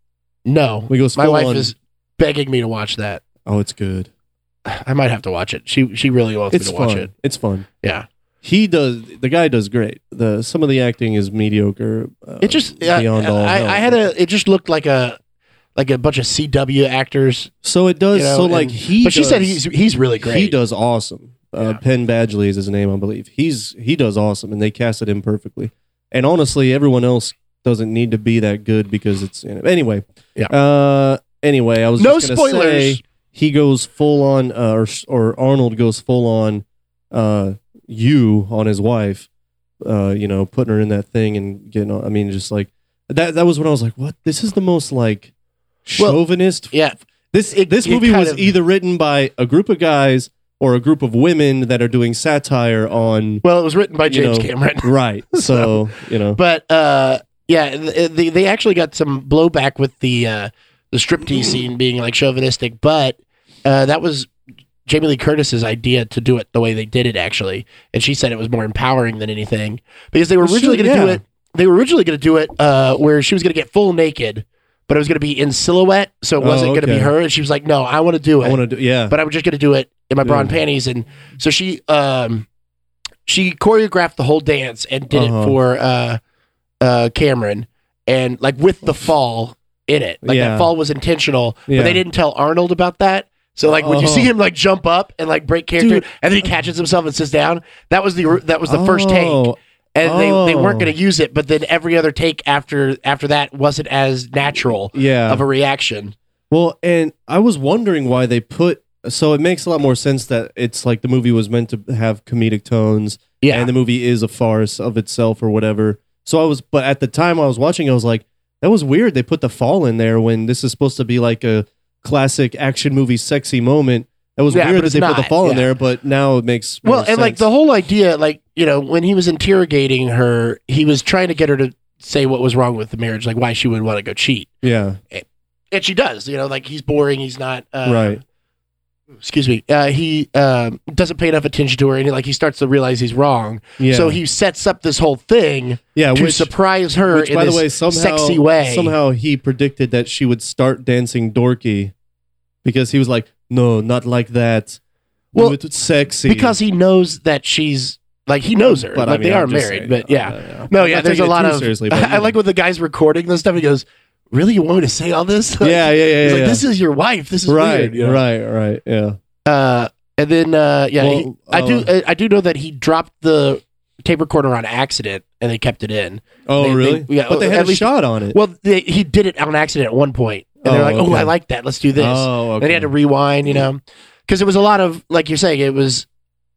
no, We go. Full my wife on- is begging me to watch that. Oh, it's good. I might have to watch it. She she really wants It's me to watch fun. Uh, it. It's fun. Yeah, He does. The guy does great. The some of the acting is mediocre. Uh, it just yeah, beyond all I, help. I had a. It just looked like a like a bunch of CW actors. so it does. you know, so and- like he. but she said does- he's he's really great. He does awesome. Uh, Yeah. Penn Badgley is his name, I believe. He's he does awesome, and they casted him perfectly. And honestly, everyone else doesn't need to be that good because it's you know, anyway. Yeah. Uh, anyway, I was No just gonna say, spoilers. he goes full on, uh, or or Arnold goes full on, uh, you on his wife. Uh, you know, putting her in that thing and getting. on I mean, just like that. That was when I was like, what? This is the most like Well, chauvinist Yeah, this It- this it movie kind was of- either written by a group of guys or a group of women that are doing satire on well, it was written by You James know, Cameron. right. So you know, but uh yeah th- they, they actually got some blowback with the uh the striptease scene being like chauvinistic but uh that was jamie lee curtis's idea to do it the way they did it actually and she said it was more empowering than anything because they were Well, originally sure, going to do yeah. it they were originally going to do it uh where she was going to get full naked but it was going to be in silhouette so it Oh, wasn't going to be okay. her and she was like no i want to do it I want to do yeah. but I was just gonna do it in my bra and Yeah. panties. And so she um she choreographed the whole dance and did it Uh-huh. for uh uh Cameron and like with the fall in it. Like that Yeah. fall was intentional, but Yeah. they didn't tell Arnold about that. So like when you see Oh. him like jump up and like break character Dude. and then he catches himself and sits down, that was the that was the first take. Oh, And they, they weren't Oh. gonna use it, but then every other take after after that wasn't as natural Yeah. of a reaction. well, and I was wondering why they put. So it makes a lot more sense that it's like the movie was meant to have comedic tones, Yeah. and the movie is a farce of itself or whatever. So I was, but at the time I was watching, I was like, that was weird. They put the fall in there when this is supposed to be like a classic action movie sexy moment. That was Yeah, but weird that it's they put not, the fall in yeah. there, but now it makes more well and like sense. the whole idea like you know when he was interrogating her he was trying to get her to say what was wrong with the marriage like why she would want to go cheat yeah and she does you know like he's boring he's not uh, right excuse me uh, he um, doesn't pay enough attention to her and like he starts to realize he's wrong yeah so he sets up this whole thing yeah to which, surprise her which in by the this way somehow sexy way somehow he predicted that she would start dancing dorky because he was like no not like that Well, Do it sexy because he knows that she's like he knows her But, I like mean, they I'm are just married saying, but uh, yeah No, I'm yeah, not there's a taking it lot too of. seriously, but, I like when the guy's recording this stuff. He goes, "Really, you want me to say all this?" Like, yeah yeah yeah, he's like, yeah. "This is your wife. This is right weird." you know? right right yeah Uh, and then, uh, yeah, he- Well, I do. uh, I, I do know that he dropped the tape recorder on accident, and they kept it in. Oh, They- they- really? yeah, but they had at a least- shot on it. Well, they, he did it on accident at one point, and they're Oh, like, "Oh, I okay. like that. Let's do this." Oh, And he had to rewind, you know, because it was a lot of like you're saying. It was,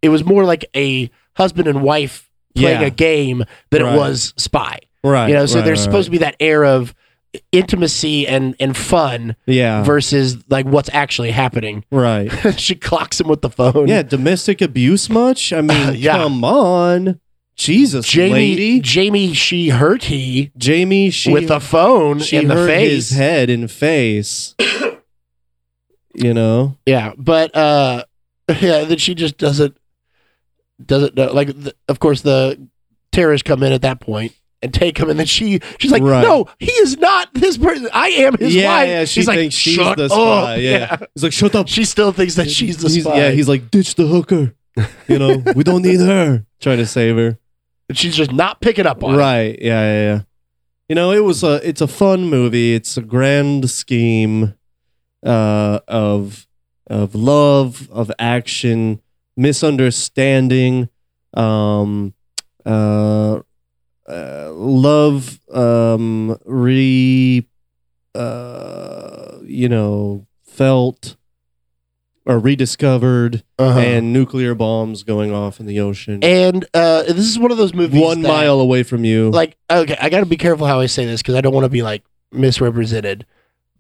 it was more like a husband and wife playing Yeah. a game than it Right. was spy. right. you know so right, there's right, supposed to be that air of intimacy and and fun right. yeah, versus like what's actually happening right. she clocks him with the phone Yeah, domestic abuse much? I mean, Yeah. come on, Jesus, jamie lady, jamie she hurt he Jamie, she with the phone she in the hurt his face head and face. you know, yeah but uh yeah then she just doesn't doesn't know like the, of course the terrorists come in at that point and take him, and then she she's like, Right. "No, he is not this person. I am his yeah, wife." yeah. She he's like, thinks she's "Shut the up." spy. Yeah. yeah, he's like, shut up. she still thinks that she's the He's- spy. Yeah, he's like, ditch the hooker. You know, we don't need her. Trying to save her. and she's just not picking up on. it. Right. Yeah, yeah, yeah. You know, it was a it's a fun movie. It's a grand scheme uh of of love, of action, misunderstanding, um uh, uh love um re uh you know, felt or rediscovered Uh-huh. and nuclear bombs going off in the ocean And uh, this is one of those movies. one that- mile away from you. Like, okay, I got to be careful how I say this because I don't want to be like misrepresented.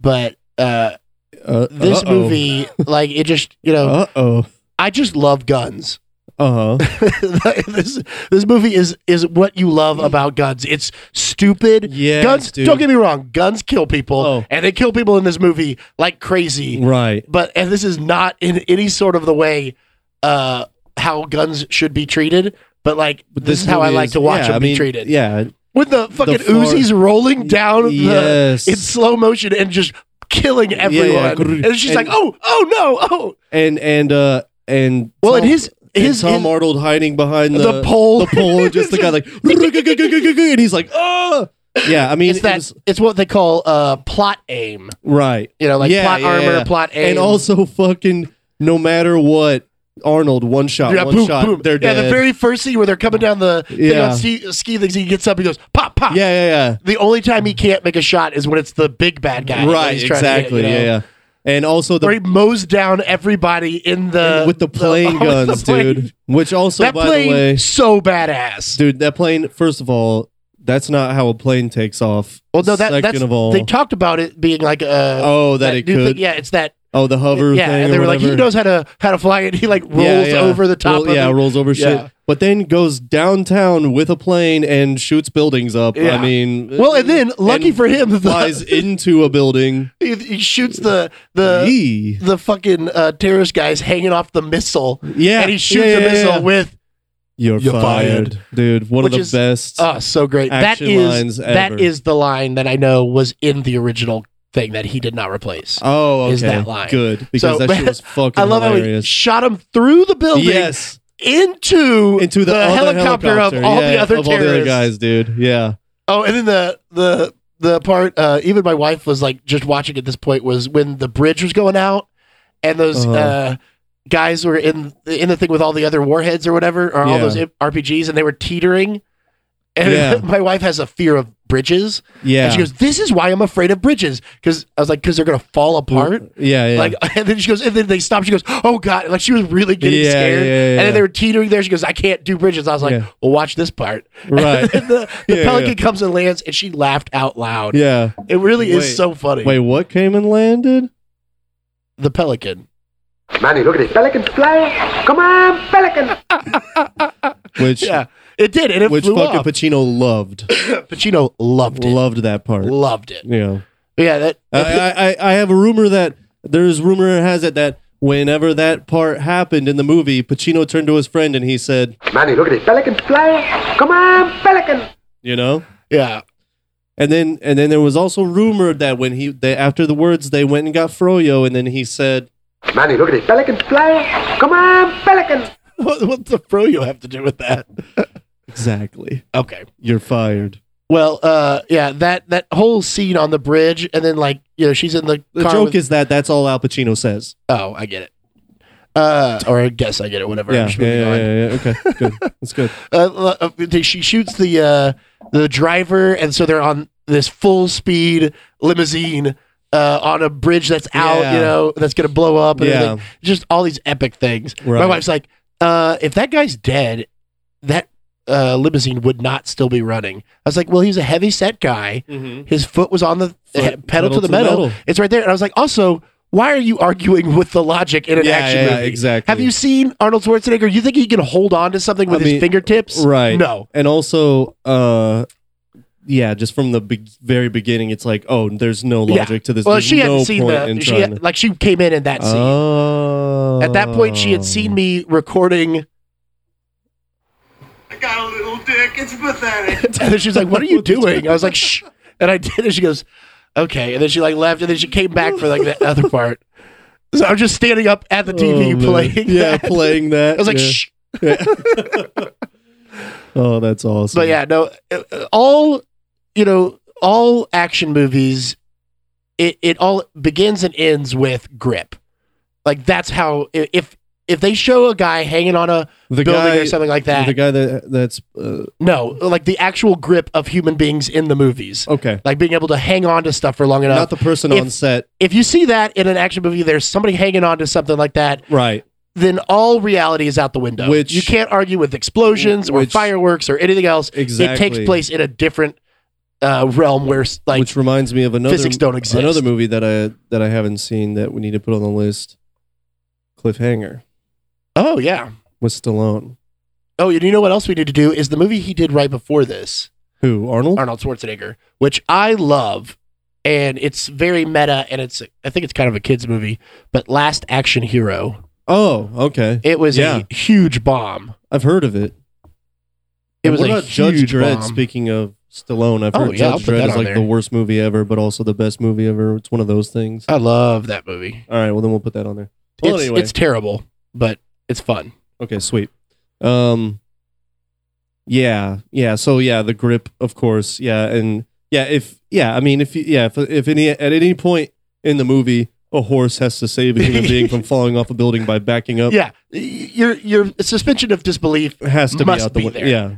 But uh, uh, this movie, like, it just you know, Uh oh. I just love guns. Uh huh. this this movie is is what you love about guns. It's stupid. Yeah. guns. Dude. Don't get me wrong. Guns kill people, Oh. and they kill people in this movie like crazy. Right. But and this is not in any sort of the way uh, how guns should be treated. But like But this, is how I movie like is- to watch yeah, them I mean, be treated. Yeah. With the fucking floor- Uzis rolling down the yes. in slow motion and just killing yeah. everyone. And she's And- like, "Oh, oh no, oh." and and uh and Well, Tom, and his and his, Tom his- Arnold hiding behind the, the pole, the pole, just the guy like and he's like oh yeah. I mean it's it that was- it's what they call uh plot aim. right You know, like Yeah, plot yeah, armor, yeah. plot aim, and also fucking no matter what Arnold one shot yeah, one boom, shot boom. they're yeah, dead the very first scene where they're coming down the thing Yeah. on ski, ski things, he gets up, he goes pop, pop. yeah yeah yeah The only time he can't make a shot is when it's the big bad guy, that right he's trying to hit, exactly you know? yeah yeah and also the Where he mows down everybody in Uh, the with the plane with the guns, plane. dude. Which also, that by plane the way, so badass. dude, that plane. First of all, that's not how a plane takes off. well, no, that, second that's of all, they talked about it being like a oh, that, it new could. Thing. Yeah, it's that Oh, the hover yeah, thing. and they or were like, he whatever. knows how to how to fly it. He like rolls Yeah, yeah. over the top. Roll- of yeah, it. rolls over Yeah. shit. But then goes downtown with a plane and shoots buildings up. Yeah. I mean, uh, Well, and then lucky and for him, flies the, into a building. he, he shoots the the Yee. the fucking uh, terrorist guys hanging off the missile, yeah, and he shoots yeah, the yeah, yeah. missile with You're, You're fired. dude. One Which of the is- best. oh, so great. That Action is lines that ever. is the line that I know was in the original thing that he did not replace. oh, okay, is that line. good because So- that shit was fucking I love how he hilarious. shot him through the building yes. into into the, other helicopter, of all yeah, the other of all terrorists. the other guys, dude. Yeah, Oh, and then the the the part uh, even my wife was like just watching at this point was when the bridge was going out and those uh Uh-huh. guys were in in the thing with all the other warheads or whatever or all Yeah. those RPGs and they were teetering. And Yeah. my wife has a fear of bridges. And yeah. she goes, "This is why I'm afraid of bridges." Because I was like, "Because they're gonna fall apart." yeah, yeah, Like, and then she goes, and then they stop. She goes, "Oh God!" Like she was really getting Yeah, scared. yeah, yeah, and then yeah. they were teetering there. She goes, "I can't do bridges." I was like, Yeah. "Well, watch this part." right. And the the Yeah, pelican yeah. comes and lands, and she laughed out loud. yeah. It really Wait. is so funny. Wait, what came and landed? The pelican. Manny, look at this. Pelican's flying. Come on, Pelican. Which Yeah, it did, and it which flew fucking off. Pacino loved, Pacino loved it. loved that part. loved it. Yeah. Yeah, that. I, I I- I have a rumor that there's rumor has it that whenever that part happened in the movie, Pacino turned to his friend and he said, Manny, look at this. Pelican's flying. Come on, Pelican. you know. yeah, And then and then there was also rumored that when he they, after the words they went and got Froyo and then he said Manny, look at this. Pelican's flying. Come on, Pelican. what, what the fro you have to do with that? exactly okay. you're fired. Well, uh, yeah, that that whole scene on the bridge, and then like you know she's in the, The car joke with- is that that's all Al Pacino says. Oh, I get it. Uh, or I guess I get it. Whatever. I'm Yeah, just yeah, yeah, moving on. yeah, yeah. Okay, good. That's good. Uh, uh, uh, she shoots the uh, the driver, and so they're on this full speed limousine uh, on a bridge that's out. Yeah. You know that's gonna blow up. And Yeah. everything. just all these epic things. My Right. wife's like, uh, if that guy's dead, that uh, limousine would not still be running. I was like, well, he's a heavy set guy. His foot was on the Foot- pedal, to the metal. It's right there. And I was like, also, why are you arguing with the logic in an Yeah, action yeah, movie? exactly. Have you seen Arnold Schwarzenegger? You think he can hold on to something with I his mean, fingertips? Right. No. And also, uh, yeah, just from the be- very beginning, it's like, oh, there's no Yeah. logic to this. Well, There's she no hadn't seen point in the. She trying had, to- like she came in in that scene. Oh. At that point, she had seen me recording, I got a little dick. It's pathetic. and then she was like, "What are you doing?" I was like, "Shh," and I did. And she goes, "Okay." And then she like left, and then she came back for like that other part. So I'm just standing up at the TV Oh, man. playing. Yeah, that. playing that. I was like, yeah. "Shh." Oh, that's awesome. But yeah, no, uh, uh, all you know, all action movies, it it all begins and ends with grip. Like that's how i- if if they show a guy hanging on a The building guy or something like that, The guy that that's uh, no, like the actual grip of human beings in the movies, okay. like being able to hang on to stuff for long enough. Oh. Not the person if- on set, if you see that in an action movie, there's somebody hanging on to something like that, right? then all reality is out the window. Which- you can't argue with explosions or which- fireworks or anything else. It takes Exactly. place in a different uh, realm where like Which reminds me of another physics don't exist. another movie that I that I haven't seen that we need to put on the list. Cliffhanger oh yeah. with Stallone. Oh, and you know what else we need to do is the movie he did right before this. Who Arnold? Arnold Schwarzenegger, which I love, and it's very meta, and it's I think it's kind of a kids movie, but Last Action Hero, Oh, okay. it was Yeah. a huge bomb. I've heard of it. It was what a about huge Judge Dredd. bomb. Speaking of Stallone, I've Oh, heard yeah, I'll Judge put that Dredd is on like there. the worst movie ever, but also the best movie ever. It's one of those things. I love that movie. All right, well then we'll put that on there. Well, it's, anyway. it's terrible, but it's fun. Okay, sweet. Um Yeah, yeah. So yeah, the grip, of course. Yeah, and yeah, if yeah, I mean if you- yeah, if if any at any point in the movie a horse has to save a human being from falling off a building by backing up, Yeah, y- your your suspension of disbelief. it has to Must be out the be way. there. Yeah,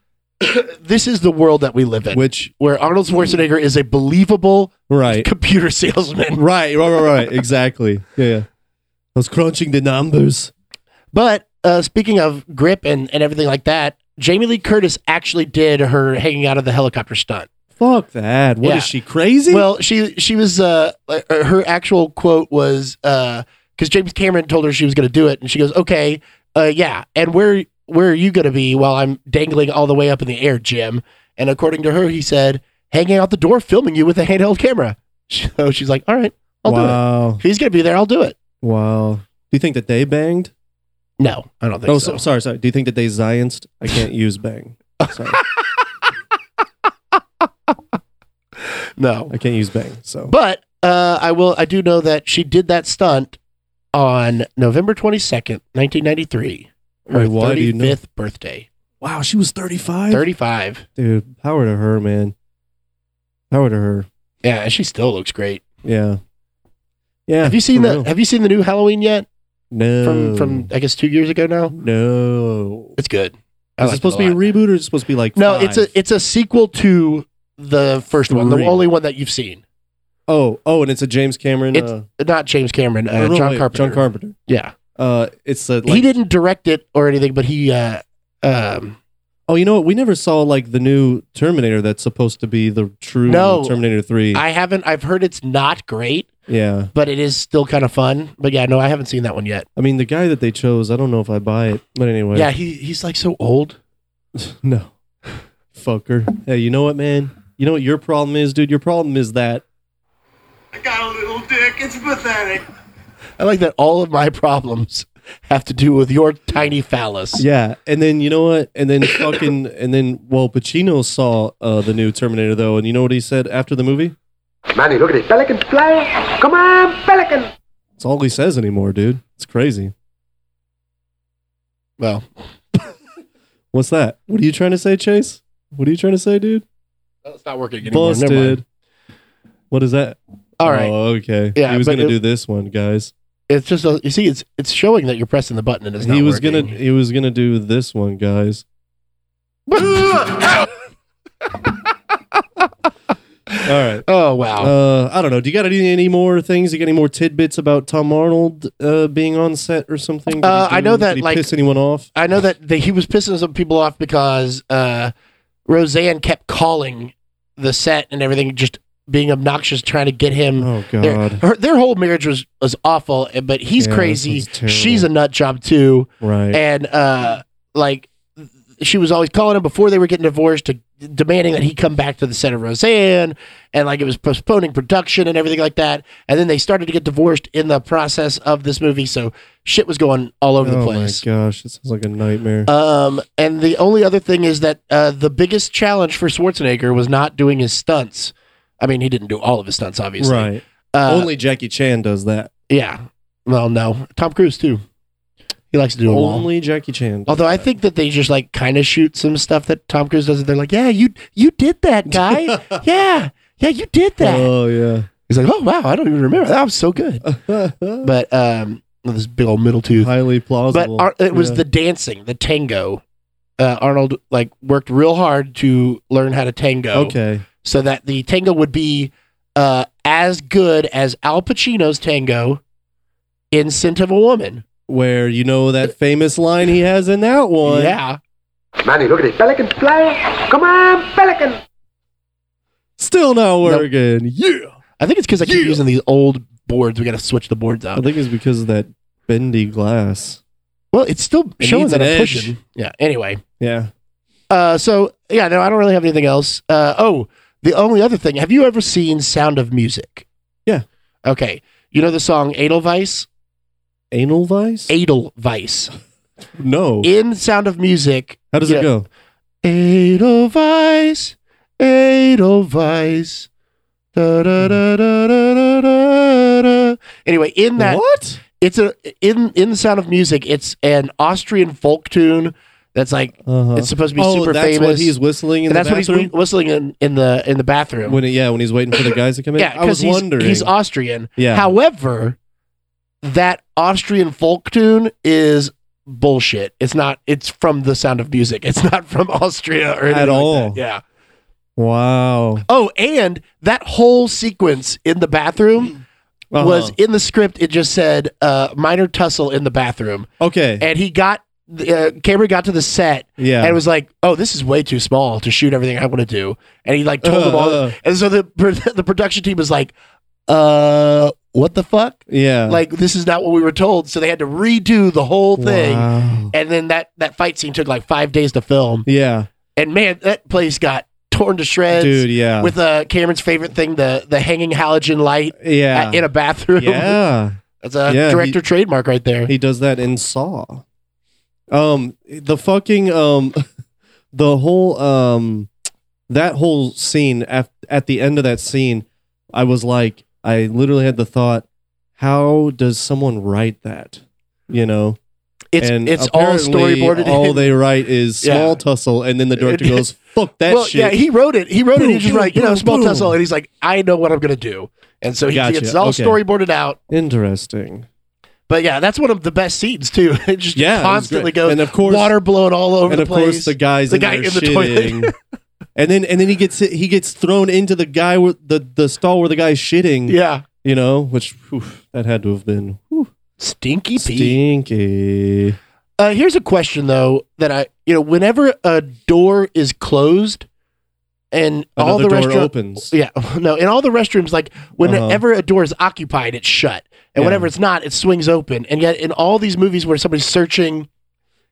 Yeah, this is the world that we live in, Which where Arnold Schwarzenegger is a believable right. computer salesman, Right, right, right, right. Exactly. Yeah, yeah. I was crunching the numbers. But uh, speaking of grip and, and everything like that, Jamie Lee Curtis actually did her hanging out of the helicopter stunt. Fuck that. What is Yeah. she crazy? Well, she she was uh like, uh, her actual quote was uh because James Cameron told her she was going to do it, and she goes, "Okay, uh, yeah, and where where are you going to be while I'm dangling all the way up in the air, Jim?" And according to her, he said, "Hanging out the door, filming you with a handheld camera." So she's like, "All right, I'll do it. wow. If he's going to be there, I'll do it." Wow. Do you think that they banged? No, I don't think Oh, so. so, sorry, sorry. Do you think that they zionced? I can't use bang. Sorry. No, I can't use bang. So But uh, I will. I do know that she did that stunt on November twenty second, nineteen ninety three. Her Wait, why do thirty you know- fifth birthday, wow, she was 35. thirty five. Dude, power to her, man. Power to her. Yeah, and she still looks great. Yeah. Yeah. have you seen for the real. Have you seen the new Halloween yet? No. From from I guess two years ago now. No. It's good. I Is liked it supposed to it a be a lot. reboot or is it supposed to be like No, five? it's a it's a sequel to the first one, the Three. only one that you've seen. Oh, oh, and it's a James Cameron It's- uh, Not James Cameron, no, uh, no, John wait, Carpenter. Oh, John Carpenter. yeah, Uh it's a like, he didn't direct it or anything, but he uh, um, Oh, you know what? We never saw like the new Terminator that's supposed to be the true No. Terminator 3. I haven't. I've heard it's not great. yeah. but it is still kind of fun. But yeah, no, I haven't seen that one yet. I mean, the guy that they chose, I don't know if I buy it, but anyway. Yeah, he he's like so old. No. Fucker. Hey, you know what, man? You know what your problem is, dude? Your problem is that. I got a little dick. It's pathetic. I like that all of my problems have to do with your tiny phallus. Yeah. And then, you know what? And then fucking. And then, well, Pacino saw uh, the new Terminator, though. And you know what he said after the movie? Manny, look at it. Pelican fly. Come on, pelican. That's all he says anymore, dude. It's crazy. Well, What's that? What are you trying to say, Chase? What are you trying to say, dude? it's not working anymore. Never mind. Busted. What is that? All right, Oh, okay. Yeah, He was but going to do it- this one, guys. it's just a, you see, it's it's showing that you're pressing the button and it's not. He was working. gonna. He was gonna do this one, guys. All right. Oh wow. Uh, I don't know. Do you got any, any more things? You got any more tidbits about Tom Arnold uh, being on set or something? Did he Uh, I know that, Did he like- piss anyone off? I know that they, he was pissing some people off because uh, Roseanne kept calling the set and everything, just being obnoxious, trying to get him. Oh Their, God! her, their whole marriage was was awful, and- but he's Yeah, that crazy. sounds terrible. She's a nut job too, Right. and uh, like she was always calling him before they were getting divorced to demanding that he come back to the set of Roseanne, and like it was postponing production and everything like that. And then they started to get divorced in the process of this movie, so shit was going all over the oh place. my gosh! It sounds like a nightmare. Um, and the only other thing is that uh, the biggest challenge for Schwarzenegger was not doing his stunts. I mean, he didn't do all of his stunts, obviously. right. Uh, Only Jackie Chan does that. Yeah. Well, no. Tom Cruise too. He likes to do them all. Only Jackie Chan. Although I think that they just like kind of shoot some stuff that Tom Cruise does. And they're like, "Yeah, you you did that, guy. yeah, yeah, you did that." Oh yeah. He's like, "Oh wow, I don't even remember. That was so good." But um, This big old middle tooth. Highly But plausible. Ar- it was Yeah. the dancing, the tango. Uh, Arnold like worked real hard to learn how to tango, okay. so that the tango would be uh, as good as Al Pacino's tango in "Scent of a Woman." Where you know that famous line he has in that one. Uh, Yeah, Manny, look at this pelican fly. Come on, pelican. Still not working. Yeah. I think it's because I keep using these old boards. We got to switch the boards I out. think it's because of that bendy glass. Well, it's still It showing needs that an I'm edge. pushing. Yeah. Anyway, Yeah. Uh, so yeah, no, I don't really have anything else. Uh, oh, the only other thing, have you ever seen Sound of Music? Yeah. Okay. You know the song Edelweiss? Anal vice? Edelweiss. No. In Sound of Music. How does yeah. it go? Edelweiss, Edelweiss. Da, da, da, da, da, da, da, da. Anyway, in that what? it's a in in Sound of Music, it's an Austrian folk tune that's like Uh-huh. it's supposed to be oh, super that's famous. what he's whistling in and the that's what he's bathroom? whi- whistling in, in the in the bathroom. when he- yeah, when he's waiting for the guys to come in. yeah, I was because he's, wondering. he's Austrian. yeah. However, that Austrian folk tune is bullshit. It's not. It's from The Sound of Music. It's not from Austria or anything At like all. that. Yeah. wow. Oh, and that whole sequence in the bathroom Uh-huh. was in the script. It just said uh, minor tussle in the bathroom, Uh-huh. okay. and he got. Uh, Cameron got to the set yeah. and was like, "Oh, this is way too small to shoot everything I want to do." And he like told them all, Uh, uh. and so the pro- the production team was like, "Uh, what the fuck? yeah. Like this is not what we were told." So they had to redo the whole thing, Wow. and then that that fight scene took like five days to film. Yeah. And man, that place got torn to shreds Dude, yeah. with uh, Cameron's favorite thing, the the hanging halogen light yeah. at- in a bathroom. yeah. That's a Yeah, he- director trademark right there. He does that in Saw. Um, the fucking um, the whole um, that whole scene at at the end of that scene, I was like, I literally had the thought, how does someone write that? You know, it's And it's all apparently storyboarded. All in- they write is Yeah. small tussle, and then the director goes, "Fuck that well, shit." yeah, he wrote it. He wrote it. Boom, He's just boom, like, you know, boom, small boom. tussle, and he's like, I know what I'm gonna do, and so he Gotcha, gets it all okay. storyboarded out. Interesting. But yeah, that's one of the best scenes too. it just Yeah, it was constantly great. goes And of course- water blowing all over and the of place. course the guy's The in guy there in the shitting. and then and then he gets he gets thrown into the guy with the the stall where the guy's shitting. yeah, you know, which whew, that had to have been whew, stinky pee. stinky. Uh, here's a question though that I, you know, whenever a door is closed, and all Another the door restaurant, opens. Uh-huh. yeah, no, in all the restrooms, like whenever a door is occupied, it's shut, and Yeah. whenever it's not, it swings open. And yet, in all these movies where somebody's searching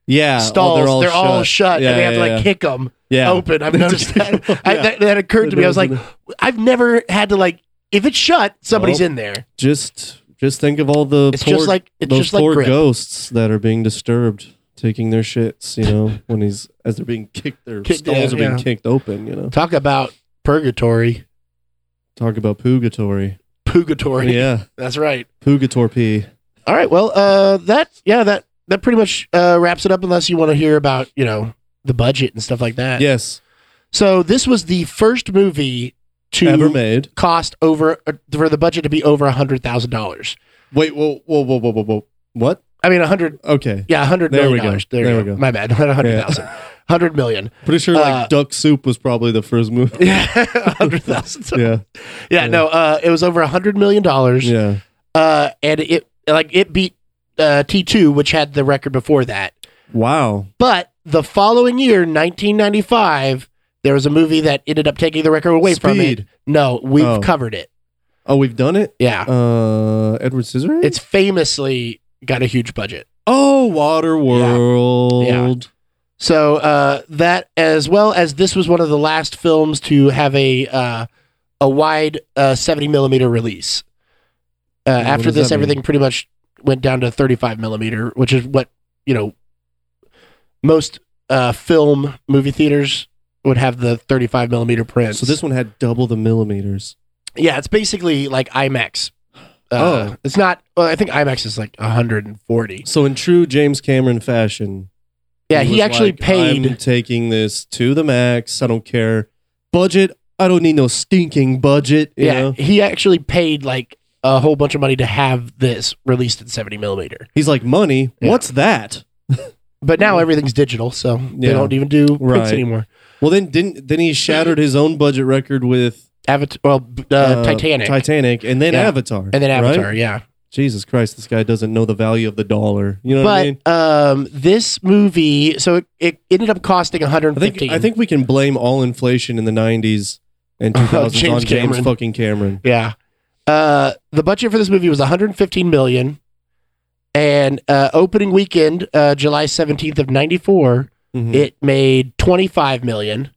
Yeah, stalls. they're all shut, Yeah, and they have to like yeah, yeah. kick them Yeah. open. I've They noticed have to that. kick 'em. I, Yeah. that. That occurred to me. I was like, I've never had to like, if it's shut, somebody's Nope. in there. just just think of all the It's poor, just like it's those just like poor grip. ghosts that are being disturbed, taking their shits. You know, when he's as they're being kicked, their Kicked, stalls yeah, are being yeah. kicked open. You know, Talk about purgatory, talk about purgatory. purgatory. Yeah, That's right. purgatory. pee. All right. Well, uh, that yeah, that that pretty much uh, wraps it up. Unless you want to hear about you know the budget and stuff like that. Yes, So this was the first movie to ever made. cost over uh, for the budget to be over a hundred thousand dollars. Wait, whoa, whoa, whoa, whoa, whoa, whoa. What? I mean, a hundred Okay, Yeah, hundred There million we go. dollars. There, There you we go. go. My bad. Not hundred thousand. Hundred million. pretty sure like Uh, Duck Soup was probably the first movie. Yeah, hundred thousand. Yeah, yeah, no. Uh, it was over hundred million dollars. yeah. Uh, and it like it beat uh, T two, which had the record before that. Wow. But the following year, nineteen ninety five, there was a movie that ended up taking the record away from it. Speed. No, we've Oh. covered it. Oh, we've done it. Yeah, Uh, Edward Scissorhands. it's famously got a huge budget. oh, Waterworld. So uh, that, as well as this, was one of the last films to have a uh, a wide uh, seventy millimeter release. Uh, What after does this, that mean? everything pretty much went down to thirty five millimeter, which is what you know most uh, film movie theaters would have the thirty five millimeter print. So this one had double the millimeters. yeah, it's basically like IMAX. Uh, Oh. it's not. Well, I think IMAX is like one hundred and forty. So in true James Cameron fashion, Yeah, he, was actually like, paid. I'm taking this to the max. I don't care budget. I don't need no stinking budget. You yeah, know? he actually paid like a whole bunch of money to have this released in 70 millimeter. He's like, money? Yeah. What's that? But now everything's digital, so they Mm-hmm. Yeah. don't even do prints Right. anymore. Well, then didn't then he shattered his own budget record with Avatar, well, b- uh, uh, Titanic, Titanic, and then Yeah. Avatar, and then right? Avatar, yeah. Jesus Christ, this guy doesn't know the value of the dollar. You know what I mean? But um, this movie, so it, it ended up costing I think 115. I think we can blame all inflation in the '90s and 2000s Oh, James on James Cameron. fucking Cameron. Yeah. Uh, the budget for this movie was 115 million, and uh, opening weekend, uh, July 17th of '94, Mhm. it made 25 million,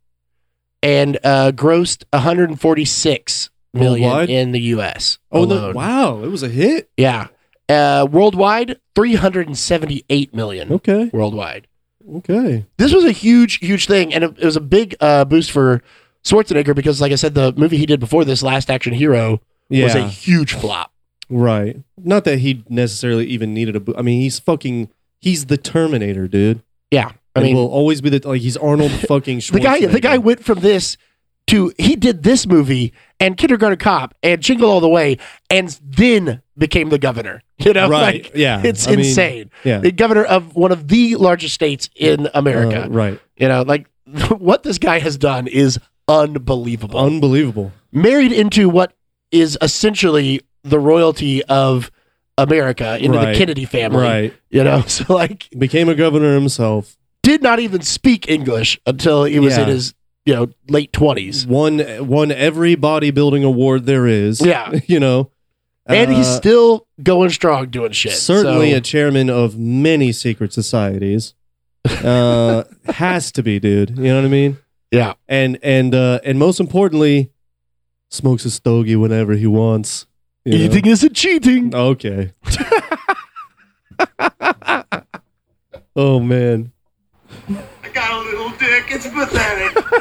and uh, grossed 146 million Worldwide? in the U.S. oh no! alone. Wow, it was a hit. Yeah. Uh, worldwide, 378 million Okay, worldwide. okay. This was a huge, huge thing, and it, it was a big uh, boost for Schwarzenegger because, like I said, the movie he did before this, Last Action Hero, Yeah, was a huge flop. right. Not that he necessarily even needed a. Bo- I mean, he's fucking. He's the Terminator, dude. Yeah, I And mean- will always be the like. He's Arnold fucking Schwarzenegger. the guy the guy went from this to he did this movie and kindergarten cop and jingle all the way and then became the governor you know right? like yeah, it's I mean, insane yeah. the governor of one of the largest states in america Uh, right. you know like what this guy has done is unbelievable Unbelievable. married into what is essentially the royalty of america into Right. the kennedy family Right. you know so like Became a governor himself. did not even speak english until he was Yeah. in his you know late 20s Won won every bodybuilding award there is. Yeah. You know. and he's Uh, still going strong doing shit. certainly so, a chairman of many secret societies. Uh, has to be, dude. You know what I mean? yeah, And and uh, and most importantly, smokes a stogie whenever he wants. you know? eating isn't cheating. Okay. oh Uh, man. I got a little dick. It's pathetic.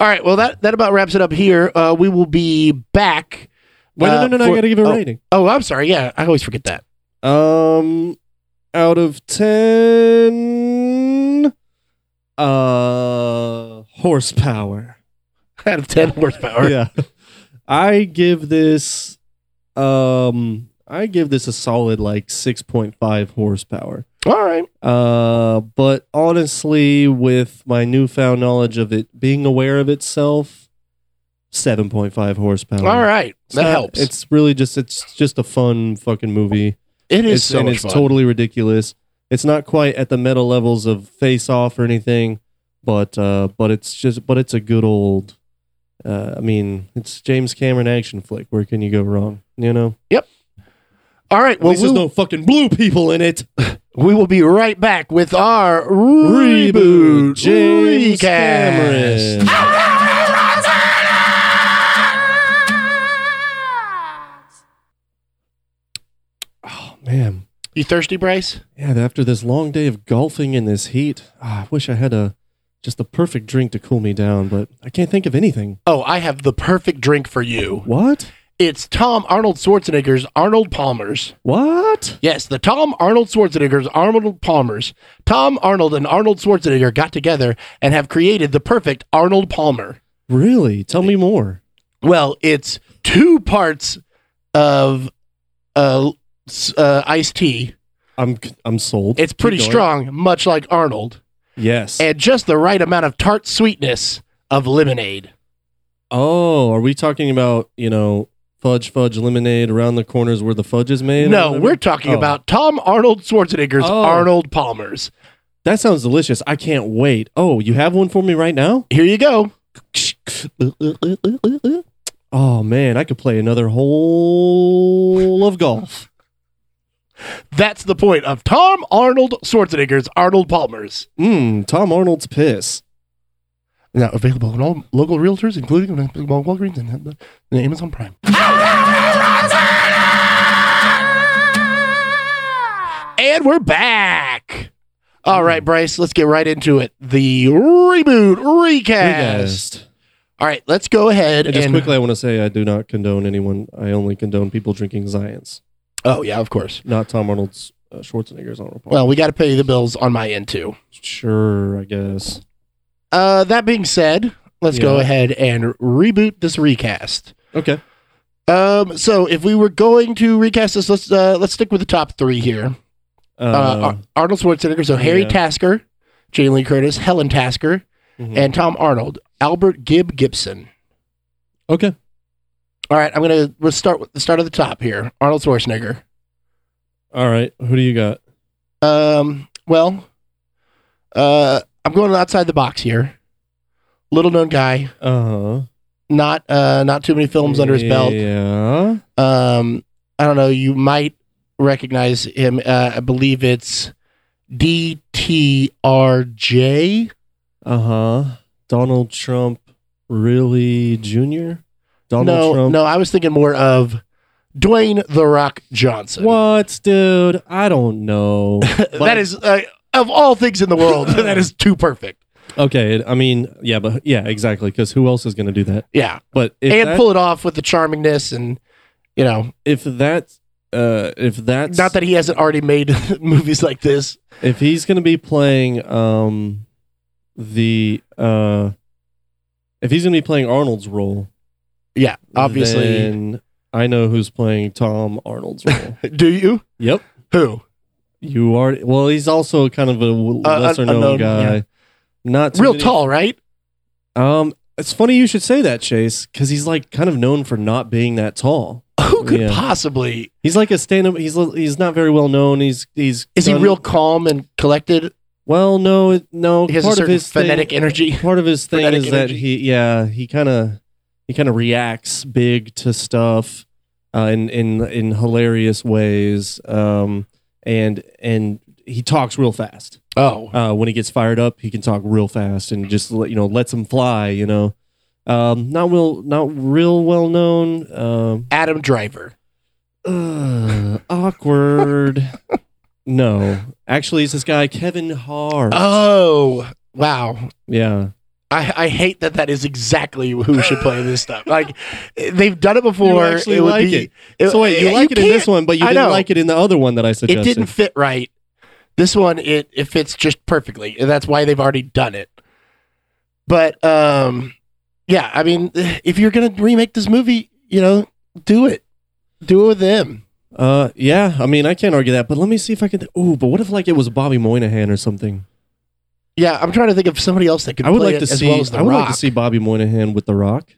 All right, well that that about wraps it up here. Uh, we will be back. Wait, uh, no, no, no, no. for- I gotta give a oh, rating. Oh, I'm sorry. Yeah, I always forget that. Um, out of ten, uh, horsepower. Out of ten horsepower. Yeah, I give this, um, I give this a solid like six point five horsepower. All right. Uh, but honestly, with my newfound knowledge of it being aware of itself, seven point five horsepower. All right. Um, It's That not- helps. It's, It's really just it's just a fun fucking movie it is it's, so and much it's fun. totally ridiculous. It's not quite at the meta levels of Face Off or anything, but uh, but it's just but it's a good old. Uh, I mean, it's James Cameron action flick. Where can you go wrong? You know, All right. well, Well, at least there's we'll, no fucking blue people in it. we will be right back with our reboot, James recast. Cameron. Oh man, You thirsty, Bryce? yeah. After this long day of golfing in this heat, ah, I wish I had a just the perfect drink to cool me down, but I can't think of anything. Oh, I have the perfect drink for you. What? It's Tom Arnold Schwarzenegger's Arnold Palmer's. What? Yes, the Tom Arnold Schwarzenegger's Arnold Palmer's. Tom Arnold and Arnold Schwarzenegger got together and have created the perfect Arnold Palmer. Really? Tell me more. Well, it's two parts of uh, s- uh, iced tea. I'm I'm sold. It's pretty Keep going. strong, much like Arnold, Yes. and just the right amount of tart sweetness of lemonade. oh, are we talking about you know fudge, fudge, lemonade around the corners where the fudge is made? or No, whatever? we're talking Oh. about Tom Arnold Schwarzenegger's Oh. Arnold Palmer's. That sounds delicious. I can't wait. Oh, you have one for me right now? Here you go. Oh man, I could play another hole of golf. That's the point of Tom Arnold Schwarzenegger's Arnold Palmer's. Mmm, Tom Arnold's piss. Now available on all local realtors, including Walgreens and Amazon Prime. And we're back. All right, Hmm. Bryce, let's get right into it. The reboot recast. Yes. All right, let's go ahead And and, just quickly, I want to say I do not condone anyone. I only condone people drinking Zions, Oh yeah, of course. not Tom Arnold's uh, Schwarzenegger's on report. Well, we got to pay the bills on my end too. sure, I guess. Uh, that being said, let's go Yeah. ahead and reboot this recast. Okay. Um, so if we were going to recast this, let's uh, let's stick with the top three here. Uh, Uh, Ar- Arnold Schwarzenegger, so Harry yeah. Tasker, Jane Lee Curtis, Helen Tasker, mhm. and Tom Arnold, Albert Gibb Gibson. okay. All right, I'm gonna we'll start with start at the top here. Arnold Schwarzenegger. All right. Who do you got? Um, well, uh, I'm going outside the box here. Little known guy, Uh huh. not uh, not too many films under his belt. Yeah. Um, I don't know. You might recognize him. Uh, I believe it's DTRJ. Uh huh. Donald Trump, really Jr. Donald no, Trump. no, I was thinking more of Dwayne the Rock Johnson. What, dude? I don't know. that is uh, of all things in the world, that is too perfect. okay. I mean, yeah, but yeah, exactly. Because who else is going to do that? Yeah, But if and that, pull it off with the charmingness, and you know, if that, uh, if that's not that he hasn't already made movies like this. if he's going to be playing um the uh if he's going to be playing Arnold's role, Yeah, obviously. then I know who's playing Tom Arnold's role. Do you? yep. Who? You are well. He's also kind of a w- Uh, un- lesser known unknown, guy. yeah. Not too Real many- tall, right? Um, it's funny you should say that, Chase, because he's like kind of known for not being that tall. Who could Yeah. possibly? He's like a stand-up. He's he's not very well known. He's he's Is done- he real calm and collected? Well, no, it- no. He has a part of certain his thing- phonetic energy. Part of his thing Phonetic is that energy. he yeah he kind of he kind of reacts big to stuff uh, in in in hilarious ways. Um, and and he talks real fast. Oh, uh, when he gets fired up, he can talk real fast and just let, you know lets him fly. You know, um, not real, not real well known. Um, Adam Driver. ugh, awkward. no, actually, it's this guy Kevin Hart. Oh, wow. yeah, I, I hate that that is exactly who should play this stuff. Like they've done it you before. actually like it. So wait, you yeah, like it in this eh, can't- one, but you I didn't know. like it in the other one that I It suggested. didn't fit right. This one it it fits just perfectly. And that's why they've already done it. But um yeah, I mean if you're going to remake this movie, you know, do it. Do it with them. Uh, yeah, I mean, I can't argue that. But let me see if I can. oh, but what if like it was Bobby Moynihan or something? Yeah, I'm trying to think of somebody else that could I would play like it to as see. well as The I would Rock. like to see Bobby Moynihan with The Rock.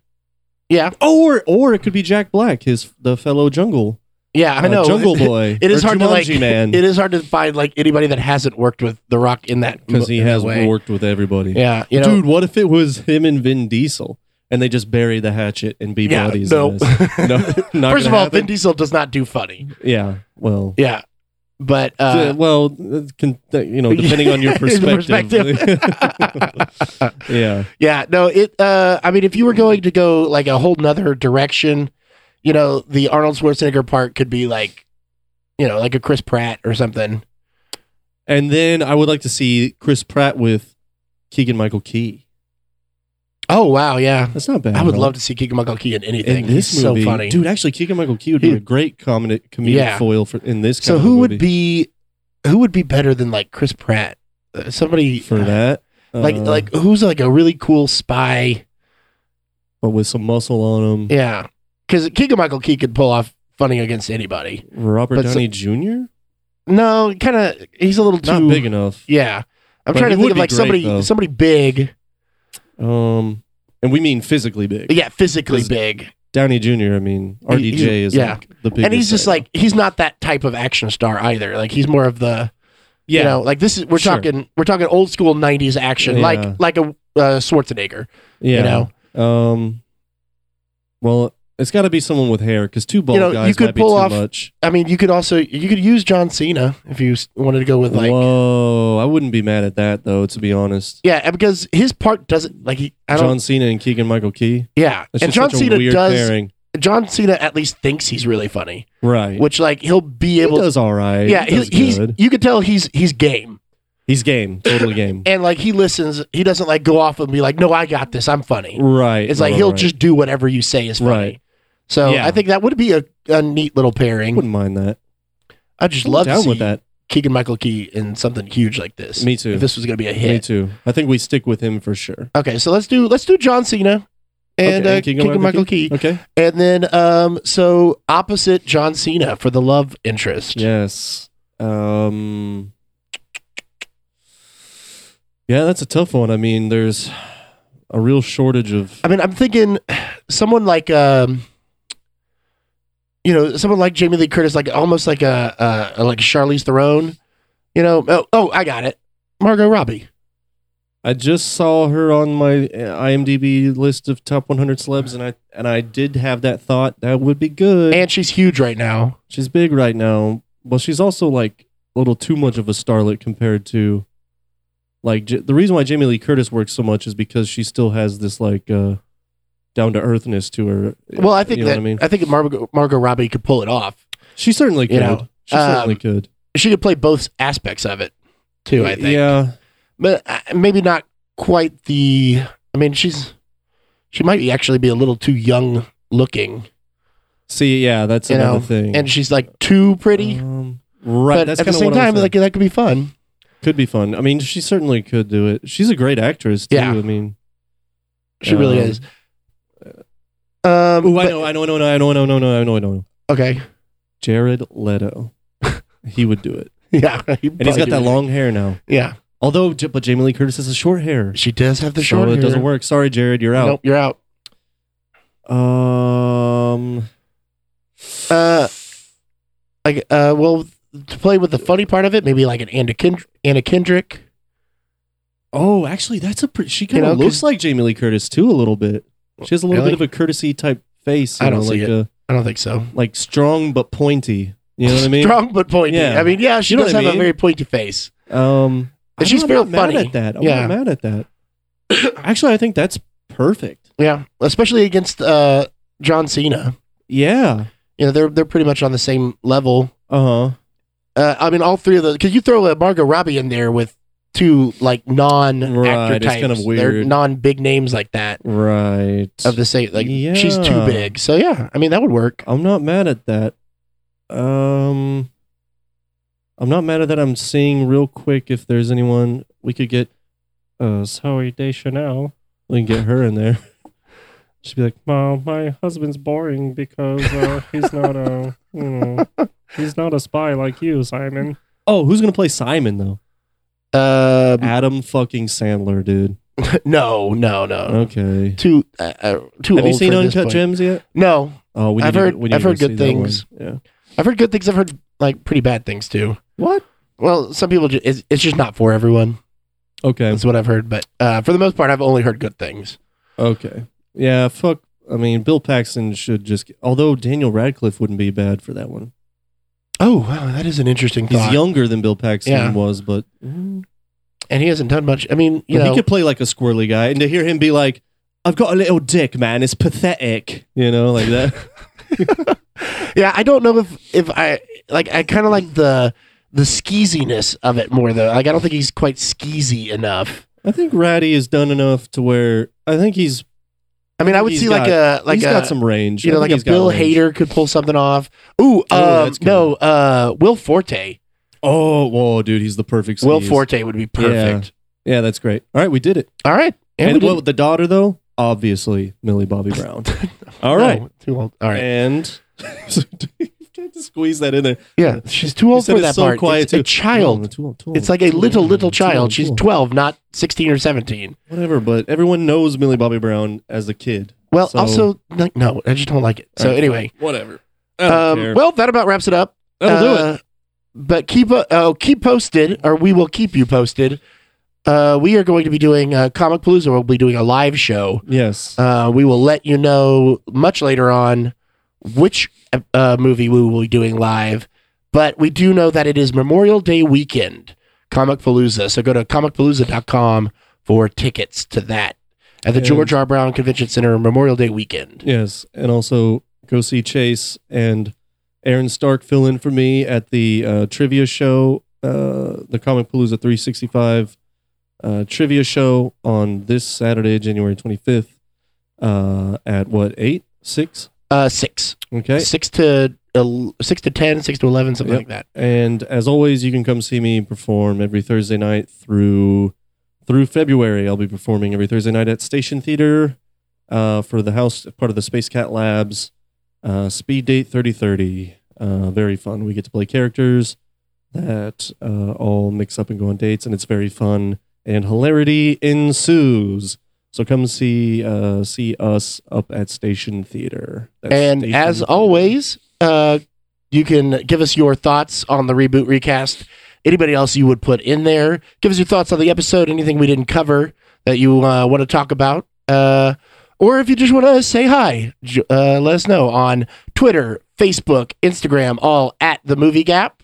Yeah. Or or it could be Jack Black, his the fellow jungle. Yeah, I uh, know. Jungle Boy. It is or hard Jumanji to like. Man. It is hard to find like anybody that hasn't worked with The Rock in that because he in that has way. worked with everybody. Yeah, you know, Dude, what if it was him and Vin Diesel and they just bury the hatchet and be Yeah, buddies? no. in this? no, not First gonna of all, happen. Vin Diesel does not do funny. yeah, well, Yeah, but d- uh, well, it can, uh, you know, depending on your perspective. yeah, yeah, no, it. Uh, I mean, if you were going to go like a whole nother direction, you know, the Arnold Schwarzenegger part could be like, you know, like a Chris Pratt or something. and then I would like to see Chris Pratt with Keegan Michael Key. Oh wow, yeah, That's not bad. I would huh? love to see Keegan Michael Key in anything. in this He's movie. so funny, Dude, actually, Keegan Michael Key would be He- a great comedy comedic Yeah. foil for in this. So kind of who movie. would be who would be better than like Chris Pratt? Uh, somebody for that? Like Uh, like who's like a really cool spy? but with some muscle on him. Yeah, because Keegan Michael Key could pull off funny against anybody. Robert But so- Downey Jr. No, kind of he's a little too Not big enough. Yeah, I'm But trying he to would think of be like great, somebody though. somebody big. Um, and we mean physically big. Yeah, physically He's- big, Downey Jr. I mean RDJ he- is yeah. like the biggest. and he's just guy. like he's not that type of action star either. Like he's more of the yeah, you know like this is we're Sure. talking we're talking old school '90s action Yeah. like like a uh, Schwarzenegger. yeah. you Um, well, it's got to be someone with hair because two bald know, you guys could might be pull too off, much. I mean, you could also you could use John Cena if you s- wanted to go with like Whoa, I wouldn't be mad at that though. To be honest, yeah, and because his part doesn't like he I don't John Cena and Keegan Michael Key. yeah, That's and just John such a Cena weird does pairing. John Cena at least thinks he's really funny, right? which like he'll be able he does all right. yeah he he, does he's good. you could tell he's he's game He's game, totally game. and like he listens he doesn't like go off and be like no I got this I'm funny right. it's like right, he'll right. just do whatever you say is funny Right. so Yeah. I think that would be a, a neat little pairing wouldn't mind that. I'd just love down to see with that. Keegan Michael Key in something huge like this Me too. if this was gonna be a Me hit too. I think we stick with him for sure. okay so let's do let's do John Cena and Okay, uh, King King, of of Michael Key. Okay. And then, um, so opposite John Cena for the love interest. Yes. Um. Yeah, that's a tough one. I mean, there's a real shortage of. I mean, I'm thinking someone like, um, you know, someone like Jamie Lee Curtis, like almost like a, a like Charlize Theron. You know, oh, oh, I got it, Margot Robbie. I just saw her on my uh, IMDb list of top 100 celebs, and I and I did have that thought that would be good. And she's huge right now. she's big right now. Well, she's also like a little too much of a starlet compared to like J- the reason why Jamie Lee Curtis works so much is because she still has this like uh down to earthness to her. Well, I think you know that what I, I mean. think Margot, Margot Robbie could pull it off. She certainly could. you know, she certainly um, could. She could play both aspects of it too. I think. Yeah, but uh, maybe not quite the. I mean, she's she might be actually be a little too young looking, See, yeah, that's You another know, thing. and she's like too pretty. Um, right, but that's at the kind of same what time, like like that could be fun. could be fun. I mean, she certainly could do it. She's a great actress too. Yeah. I mean, She really Um, is. Um, oh, I but- know, I know, I know, I know, I know, I know, I know, I know, I know. Okay. Jared Leto, he would do it, Yeah. and he's got that long hair now. Yeah. Although, J- but Jamie Lee Curtis has a short hair, She does have the so short it hair. doesn't work. Sorry, Jared, you're out. Nope, you're out. Um, Uh, like, uh, well, to play with the funny part of it, maybe like an Anna, Kend- Anna Kendrick. oh, actually, that's a pretty. She kind of know, 'cause- looks like Jamie Lee Curtis too, a little bit. She has a little Really? bit of a courtesy type face. You I know, don't like see it. a, I don't think so. like strong but pointy. You know what I mean? Strong but pointy. Yeah. I mean, yeah, she You know does what I have a mean? very pointy face. Um, And she's I'm real not mad funny. at that. I'm Yeah. not mad at that. Actually, I think that's perfect. Yeah, especially against uh, John Cena. Yeah. You know, they're they're pretty much on the same level. Uh huh. Uh, I mean, all three of those because you throw a Margot Robbie in there with two like non actor Right, it's types. kind of They're weird. non big names like that Right. of the same. Like she's Yeah. too big. So yeah, I mean that would work. I'm not mad at that. Um, I'm not mad at that. I'm seeing real quick if there's anyone we could get. Uh, Zoe Deschanel. We can get her in there. She'd be like, Well, my husband's boring because uh, he's not a, you know, he's not a spy like you, Simon. "Oh, who's gonna play Simon though?" Um, Adam fucking Sandler, dude. no, no, no. Ah. Okay. Too uh, uh, too Have old you seen for this Uncut point. Gems yet? No, Oh, we I've need to- heard- we need I've to heard see good that one. things. Yeah. I've heard good things. I've heard like pretty bad things too. What? Well, some people ju- it's, it's just not for everyone. Okay. That's what I've heard. But uh, for the most part, I've only heard good things. Okay. Yeah. Fuck. I mean, Bill Paxton should just. Although Daniel Radcliffe wouldn't be bad for that one. Oh wow, that is an interesting He's thought. younger than Bill Paxton Yeah. was, but and he hasn't done much. I mean, you but know, he could play like a squirrely guy. And to hear him be like, "I've got a little dick, man. It's pathetic," you know, like that. yeah, I don't know if if I like. I kind of like the the skeeziness of it more though. Like, I don't think he's quite skeezy enough. I think Ratty has done enough to where I think he's. I mean, I would He's see like a got- like he's a got some range. you know I like think a he's got Bill range. Hader could pull something off. Ooh, Oh, um, that's good. no, uh, Will Forte. Oh, whoa, dude, he's the perfect. Will sneeze. Forte would be perfect. Yeah, that's great. All right, we did it. All right, And and we what, the daughter though, obviously Millie Bobby Brown. All did- right, no, too old. All right, and you had to squeeze that in there. yeah, she's too You old said for it's that so part. quiet it's a too. child. Oh, too old, too It's old, like a too little old, little too old, child. too She's old. twelve, not sixteen or seventeen. Whatever, but everyone knows Millie Bobby Brown as a kid. Well, So- also like no, I just don't like it. So All right, anyway, Whatever. I don't um, care. well, uh, that about wraps it up. That'll do it. But keep uh, oh, keep posted, or we will keep you posted. Uh, we are going to be doing uh, Comic Palooza. We'll be doing a live show. Yes. Uh, we will let you know much later on which uh, movie we will be doing live. But we do know that it is Memorial Day weekend, Comic Palooza. So go to comicpalooza.com for tickets to that at the And- George R. Brown Convention Center Memorial Day weekend. yes. And also go see Chase and Aaron Stark fill in for me at the uh, trivia show, uh, the Comic Palooza 365 uh, trivia show on this Saturday, January 25th, uh, at what, 8? 6? Uh, six, Okay. six to el- six to ten, six to eleven, something Yep. like that. And as always, you can come see me perform every Thursday night through through February. I'll be performing every Thursday night at Station Theater uh, for the house part of the Space Cat Labs. Uh, speed date 3030. Uh, very fun. We get to play characters that uh, all mix up and go on dates, and it's very fun. And hilarity ensues. So come see uh, see us up at Station Theater. That's And Station as Theater. always, uh, you can give us your thoughts on the reboot recast. Anybody else you would put in there? Give us your thoughts on the episode. Anything we didn't cover that you uh, want to talk about, uh, or if you just want to say hi, j- uh, let us know on Twitter, Facebook, Instagram, all at the Movie Gap.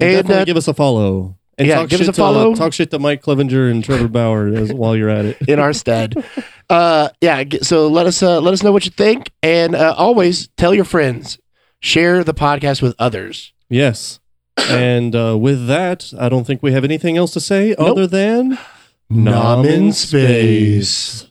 And definitely uh, give us a follow. And yeah, talk give us shit a To, follow. uh, talk shit to Mike Clevenger and Trevor Bauer as, while you're at it. in our stead, uh, yeah. g- So let us uh, let us know what you think, and uh, always tell your friends, share the podcast with others. Yes. And uh, with that, I don't think we have anything else to say other than Nom in space.